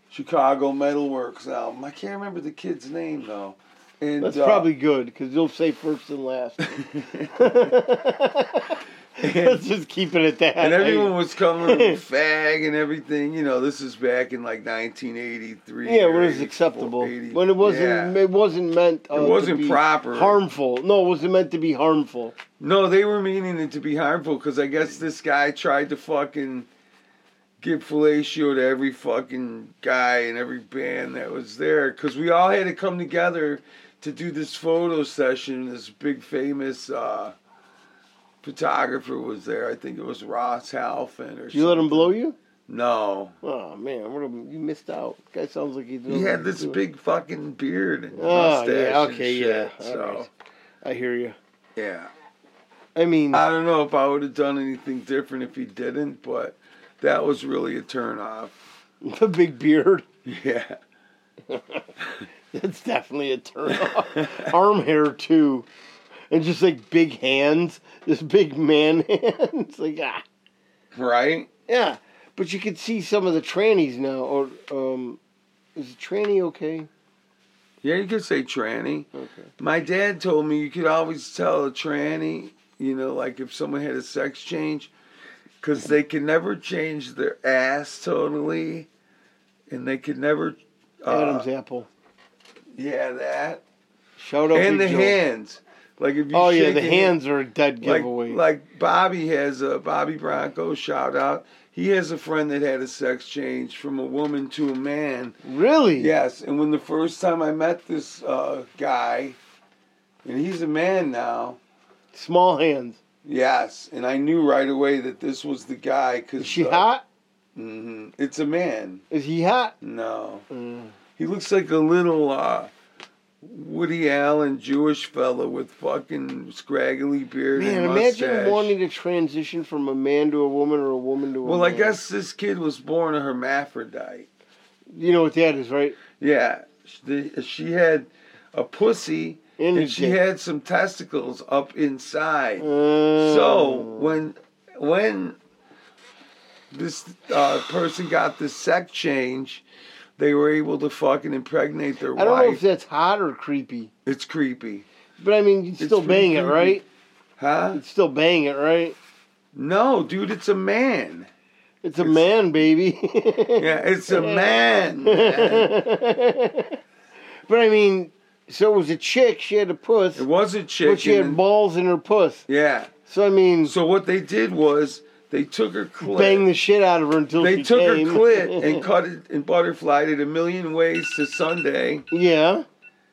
Chicago Metalworks album. I can't remember the kid's name though, and
That's
uh,
probably good because you'll say first and last. Let's just keep it at that.
and everyone was coming with a fag and everything. You know, this is back in like 1983.
yeah,
or
when it was
84,
acceptable.
80
when it wasn't,
yeah.
it wasn't meant. Uh, to
wasn't
be
proper.
Harmful. No, it wasn't meant to be harmful.
No, they were meaning it to be harmful because I guess this guy tried to fucking give fellatio to every fucking guy and every band that was there because we all had to come together to do this photo session. This big famous uh, photographer was there. I think it was Ross Halfin or
Did you let him
something.
blow you?
No.
Oh man, what a, you missed out. Guy sounds like he's.
He had this big fucking beard and
Oh,
mustache.
yeah,
and
okay,
shit,
yeah,
So,
alright. I hear you.
yeah.
I mean,
I don't know if I would have done anything different if he didn't, but that was really a turn off.
the big beard.
Yeah.
That's definitely a turn off. Arm hair too, and just like big hands, this big man hands. Like ah,
Right?
yeah. But you could see some of the trannies now. Or um, is tranny okay?
Yeah, you could say tranny.
Okay.
My dad told me you could always tell a tranny, you know, like if someone had a sex change, because they can never change their ass totally, and they could never. Uh,
Adam's apple.
yeah, that.
Shout out
And
Big
the
Joe.
hands. Like if you
Oh yeah, the
shake a hand-
hands are a dead
like,
giveaway.
like Bobby has a Bobby Bronco shout out. He has a friend that had a sex change from a woman to a man.
really?
Yes, and when the first time I met this uh, guy, and he's a man now.
Small hands.
Yes, and I knew right away that this was the guy because
Is she hot?
hmm It's a man.
Is he hot? Uh,
No, he looks like a little uh, Woody Allen Jewish fella with fucking scraggly beard
Man,
and
imagine
mustache.
wanting to transition from a man to a woman or a woman to a
Well,
man.
I guess this kid was born a hermaphrodite.
You know what that is, right?
Yeah, she, the- she had a pussy
In
and she
the-
had some testicles up inside.
Uh,
So when when this uh, person got this sex change, they were able to fucking impregnate their
I don't know if
wife.
that's hot or creepy,
it's creepy,
but I mean, you can still
pretty
bang it,
creepy.
right?
huh?
You'd still bang it, right?
No, dude, it's a man.
It's a man, baby.
Yeah, it's a man. man.
But I mean, so it was a chick. She had a puss,
It was a chick.
but she
and-
had balls in her puss.
yeah.
So I mean,
So what they did was they took her clit.
bang the shit out of her until
they
she
took
came.
her clit and cut it and butterflied it a million ways to Sunday.
yeah.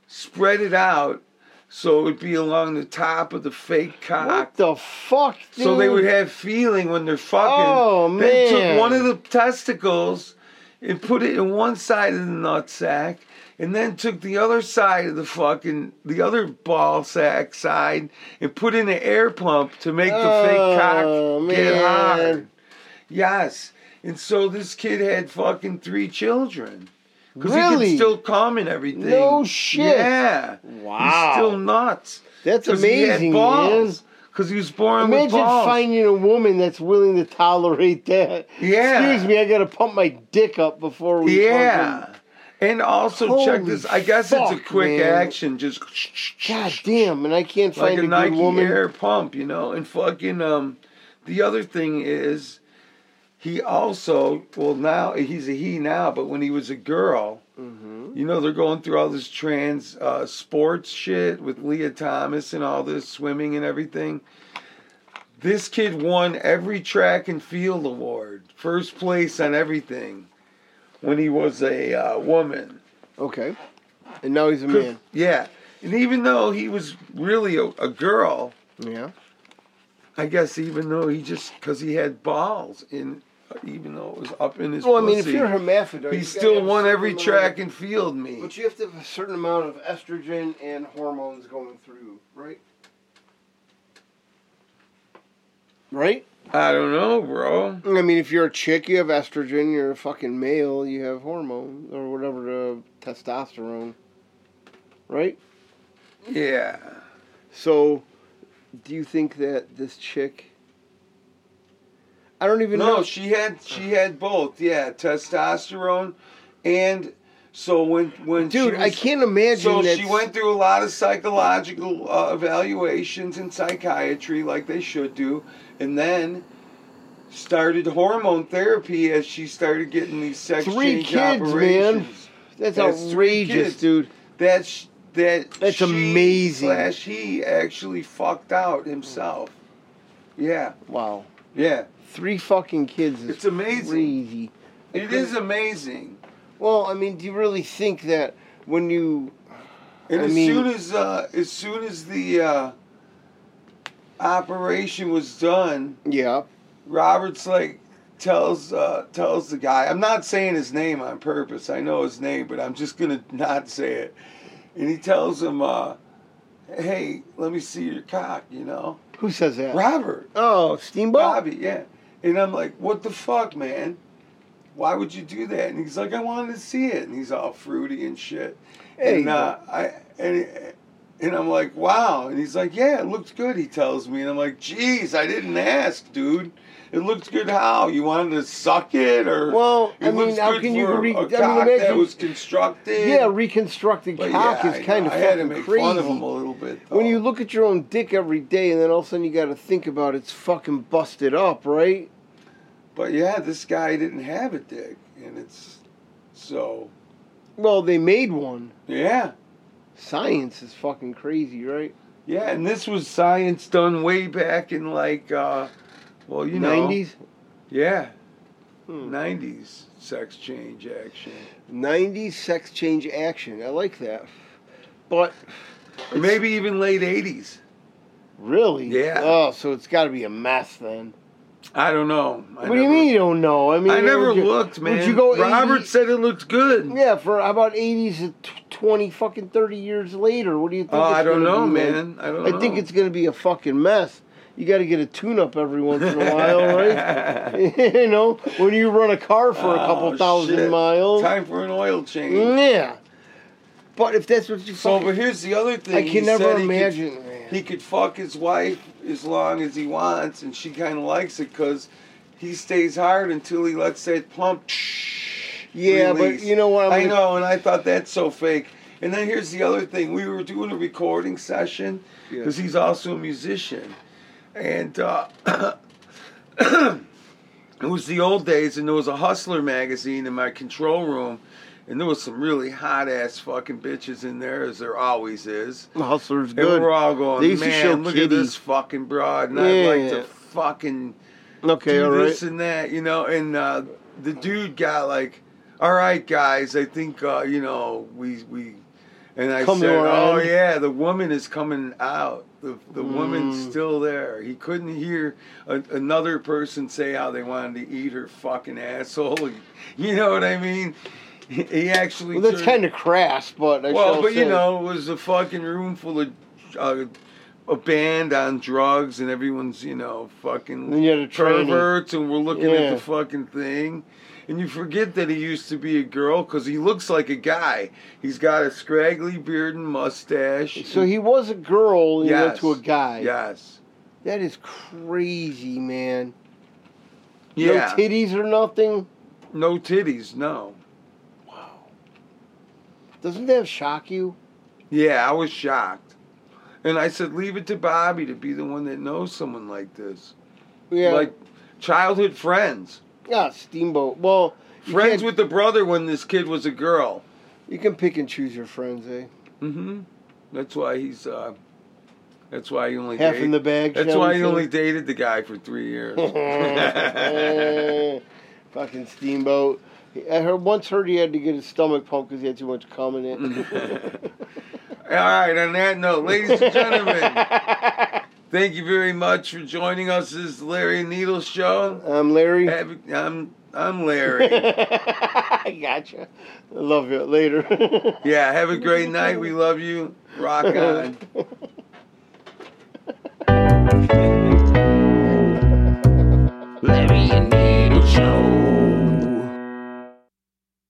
Spread it out so it would be along the top of the fake cock.
What the fuck, dude?
So they would have feeling when they're fucking.
Oh,
They
man.
took one of the testicles and put it in one side of the nut sack, and then took the other side of the fucking the other ball sack side and put in an air pump to make the fake
Oh,
cock get
man.
hard. Yes, and so this kid had fucking three children. Because he
Really?
could still come and everything.
No shit.
Yeah.
Wow.
He's still nuts.
That's
'Cause
amazing,
He had balls.
man.
Because he was born with
Imagine
balls.
finding a woman that's willing to tolerate that.
Yeah.
Excuse me, I gotta pump my dick up before we.
Yeah.
fucking-
And also check
Holy
this. I guess it's
fuck,
a quick
man.
action, just
God damn, and I can't
like
find
a
a,
Nike
good woman.
Air pump, you know. And fucking um, the other thing is, he also well now he's a he now, but when he was a girl,
Mm-hmm. Hmm?
you know they're going through all this trans uh, sports shit with Leah Thomas and all this swimming and everything. This kid won every track and field award, first place on everything, when he was a uh, woman.
Okay. And now he's a man.
Yeah. And even though he was really a, a girl,
Yeah.
I guess even though he just because he had balls in, uh, even though it was up in his.
Well, I mean, if
pussy,
you're hermaphrodite,
he
you gotta
still
have a
won
certain
every
amount
track
of-
and field meet.
But you have to have a certain amount of estrogen and hormones going through, right? Right?
I don't know, bro.
I mean, if you're a chick, you have estrogen. You're a fucking male, you have hormones or whatever, uh, testosterone. Right?
Yeah,
So, do you think that this chick? I don't even
no,
know.
she had she had both. Yeah, testosterone, and so when when she
Dude, I
was-
can't imagine.
So
that
she went through a lot of psychological uh, evaluations in psychiatry, like they should do, and then started hormone therapy as she started getting these sex
Three
change
kids, man.
operations.
That's,
That's three
outrageous,
kids.
dude.
That sh- that
That's
she
amazing.
Slash, he actually fucked out himself. Yeah,
Wow,
yeah,
three fucking kids is
It's amazing.
Crazy.
it is amazing.
Well, I mean, do you really think that when you
And
I
as
mean-
soon as uh, as soon as the uh, operation was done,
yeah
Roberts like tells uh, tells the guy. I'm not saying his name on purpose. I know his name, but I'm just gonna not say it. And he tells him, uh, "Hey, let me see your cock," you know.
who says that?
Robert,
Oh, Steamboat.
Bobby, yeah. And I'm like, "What the fuck, man? Why would you do that?" And he's like, "I wanted to see it." And he's all fruity and shit.
Hey.
And uh, I and. And I'm like, wow. And he's like, yeah, it looked good, he tells me. And I'm like, geez, I didn't ask, dude. It looked good how? You wanted to suck it or
Well,
it
I mean,
looks
how
good
can you
for
re-
a
I mean,
cock that
imagine-
was constructed?
yeah, reconstructed
But
cock
yeah, I
is kind
know.
of
I
fucking
had to make
crazy.
fun of him a little bit.
when
though.
you look at your own dick every day and then all of a sudden you got to think about it's fucking busted up, right?
But yeah, this guy didn't have a dick and it's so
Well, they made one.
yeah.
Science is fucking crazy, right?
Yeah, and this was science done way back in like uh well, you know,
90s?
Yeah.
Hmm.
90s sex change action.
90s sex change action. I like that. But
Or maybe even late 80s.
really?
Yeah.
Oh, so it's got to be a mess then.
I don't know. I
what do you
never-
mean you don't know? I mean,
I never
would you-
looked, man.
Would you go 80
Robert said it looked good.
Yeah, for about 80s to tw- 20 fucking 30 years later. What do you think?
oh,
it's
I don't
gonna
know,
be like?
man. I don't know.
I think it's going to be a fucking mess. you got to get a tune up every once in a while, right? you know, when you run a car for a couple
Oh,
thousand
shit.
miles. Mm,
Time for an oil change.
Yeah. But if that's what you
So,
fucking-
but here's the other thing.
I
He
can never
said he could-
imagine. man.
he could fuck his wife as long as he wants, and she kind of likes it because he stays hard until he lets that pump.
Yeah, but
release.
you know what, I
I,
mean-
know, and I thought that's so fake. And then here's the other thing: we were doing a recording session because he's also a musician, and uh, it was the old days, and there was a Hustler magazine in my control room. And there was some really hot ass fucking bitches in there, as there always is.
The Hustler's
And
good.
we're all going,
They used to
man,
show
look at
Kitty."
this fucking broad, and
Yeah.
I'd like to fucking
okay,
do
all right.
this and that, you know. And uh, the dude got like, all right, guys, I think uh, you know we we, and I
Come to
said,
our
oh
end."
yeah, the woman is coming out. The the
Mm.
woman's still there. He couldn't hear a, another person say how they wanted to eat her fucking asshole. You know what I mean? He- He actually
Well, that's
turned-
kind of crass, but I
well,
shall
but you
say.
know, it was a fucking room full of uh, a band on drugs, and everyone's you know fucking
And you had a tranny.
perverts, and we're looking at
Yeah.
the fucking thing. And you forget that he used to be a girl because he looks like a guy. He's got a scraggly beard and mustache.
So he was a girl and he went
Yes.
to a guy.
Yes.
That is crazy, man.
Yeah.
No titties or nothing.
No titties. No.
Doesn't that shock you?
Yeah, I was shocked, and I said, "Leave it to Bobby to be the one that knows someone like this,
Yeah.
like childhood friends."
yeah, steamboat. Well, you
Friends
can't-
with the brother when this kid was a girl.
you can pick and choose your friends, eh?
hmm That's why he's. Uh, that's why he only.
Half
date-
in the bag.
That's
shall
why
we
he
say?
only dated the guy for three years.
Eh, Fucking steamboat. I heard once heard he had to get his stomach pumped because he had too much cum in
Mm-hmm.
it.
All right. On that note, ladies and gentlemen, thank you very much for joining us. This is Larry and Needles show.
I'm Um, Larry.
Have- I'm I'm Larry.
I gotcha. I love you. Later.
Yeah. Have a great night. We love you. Rock on.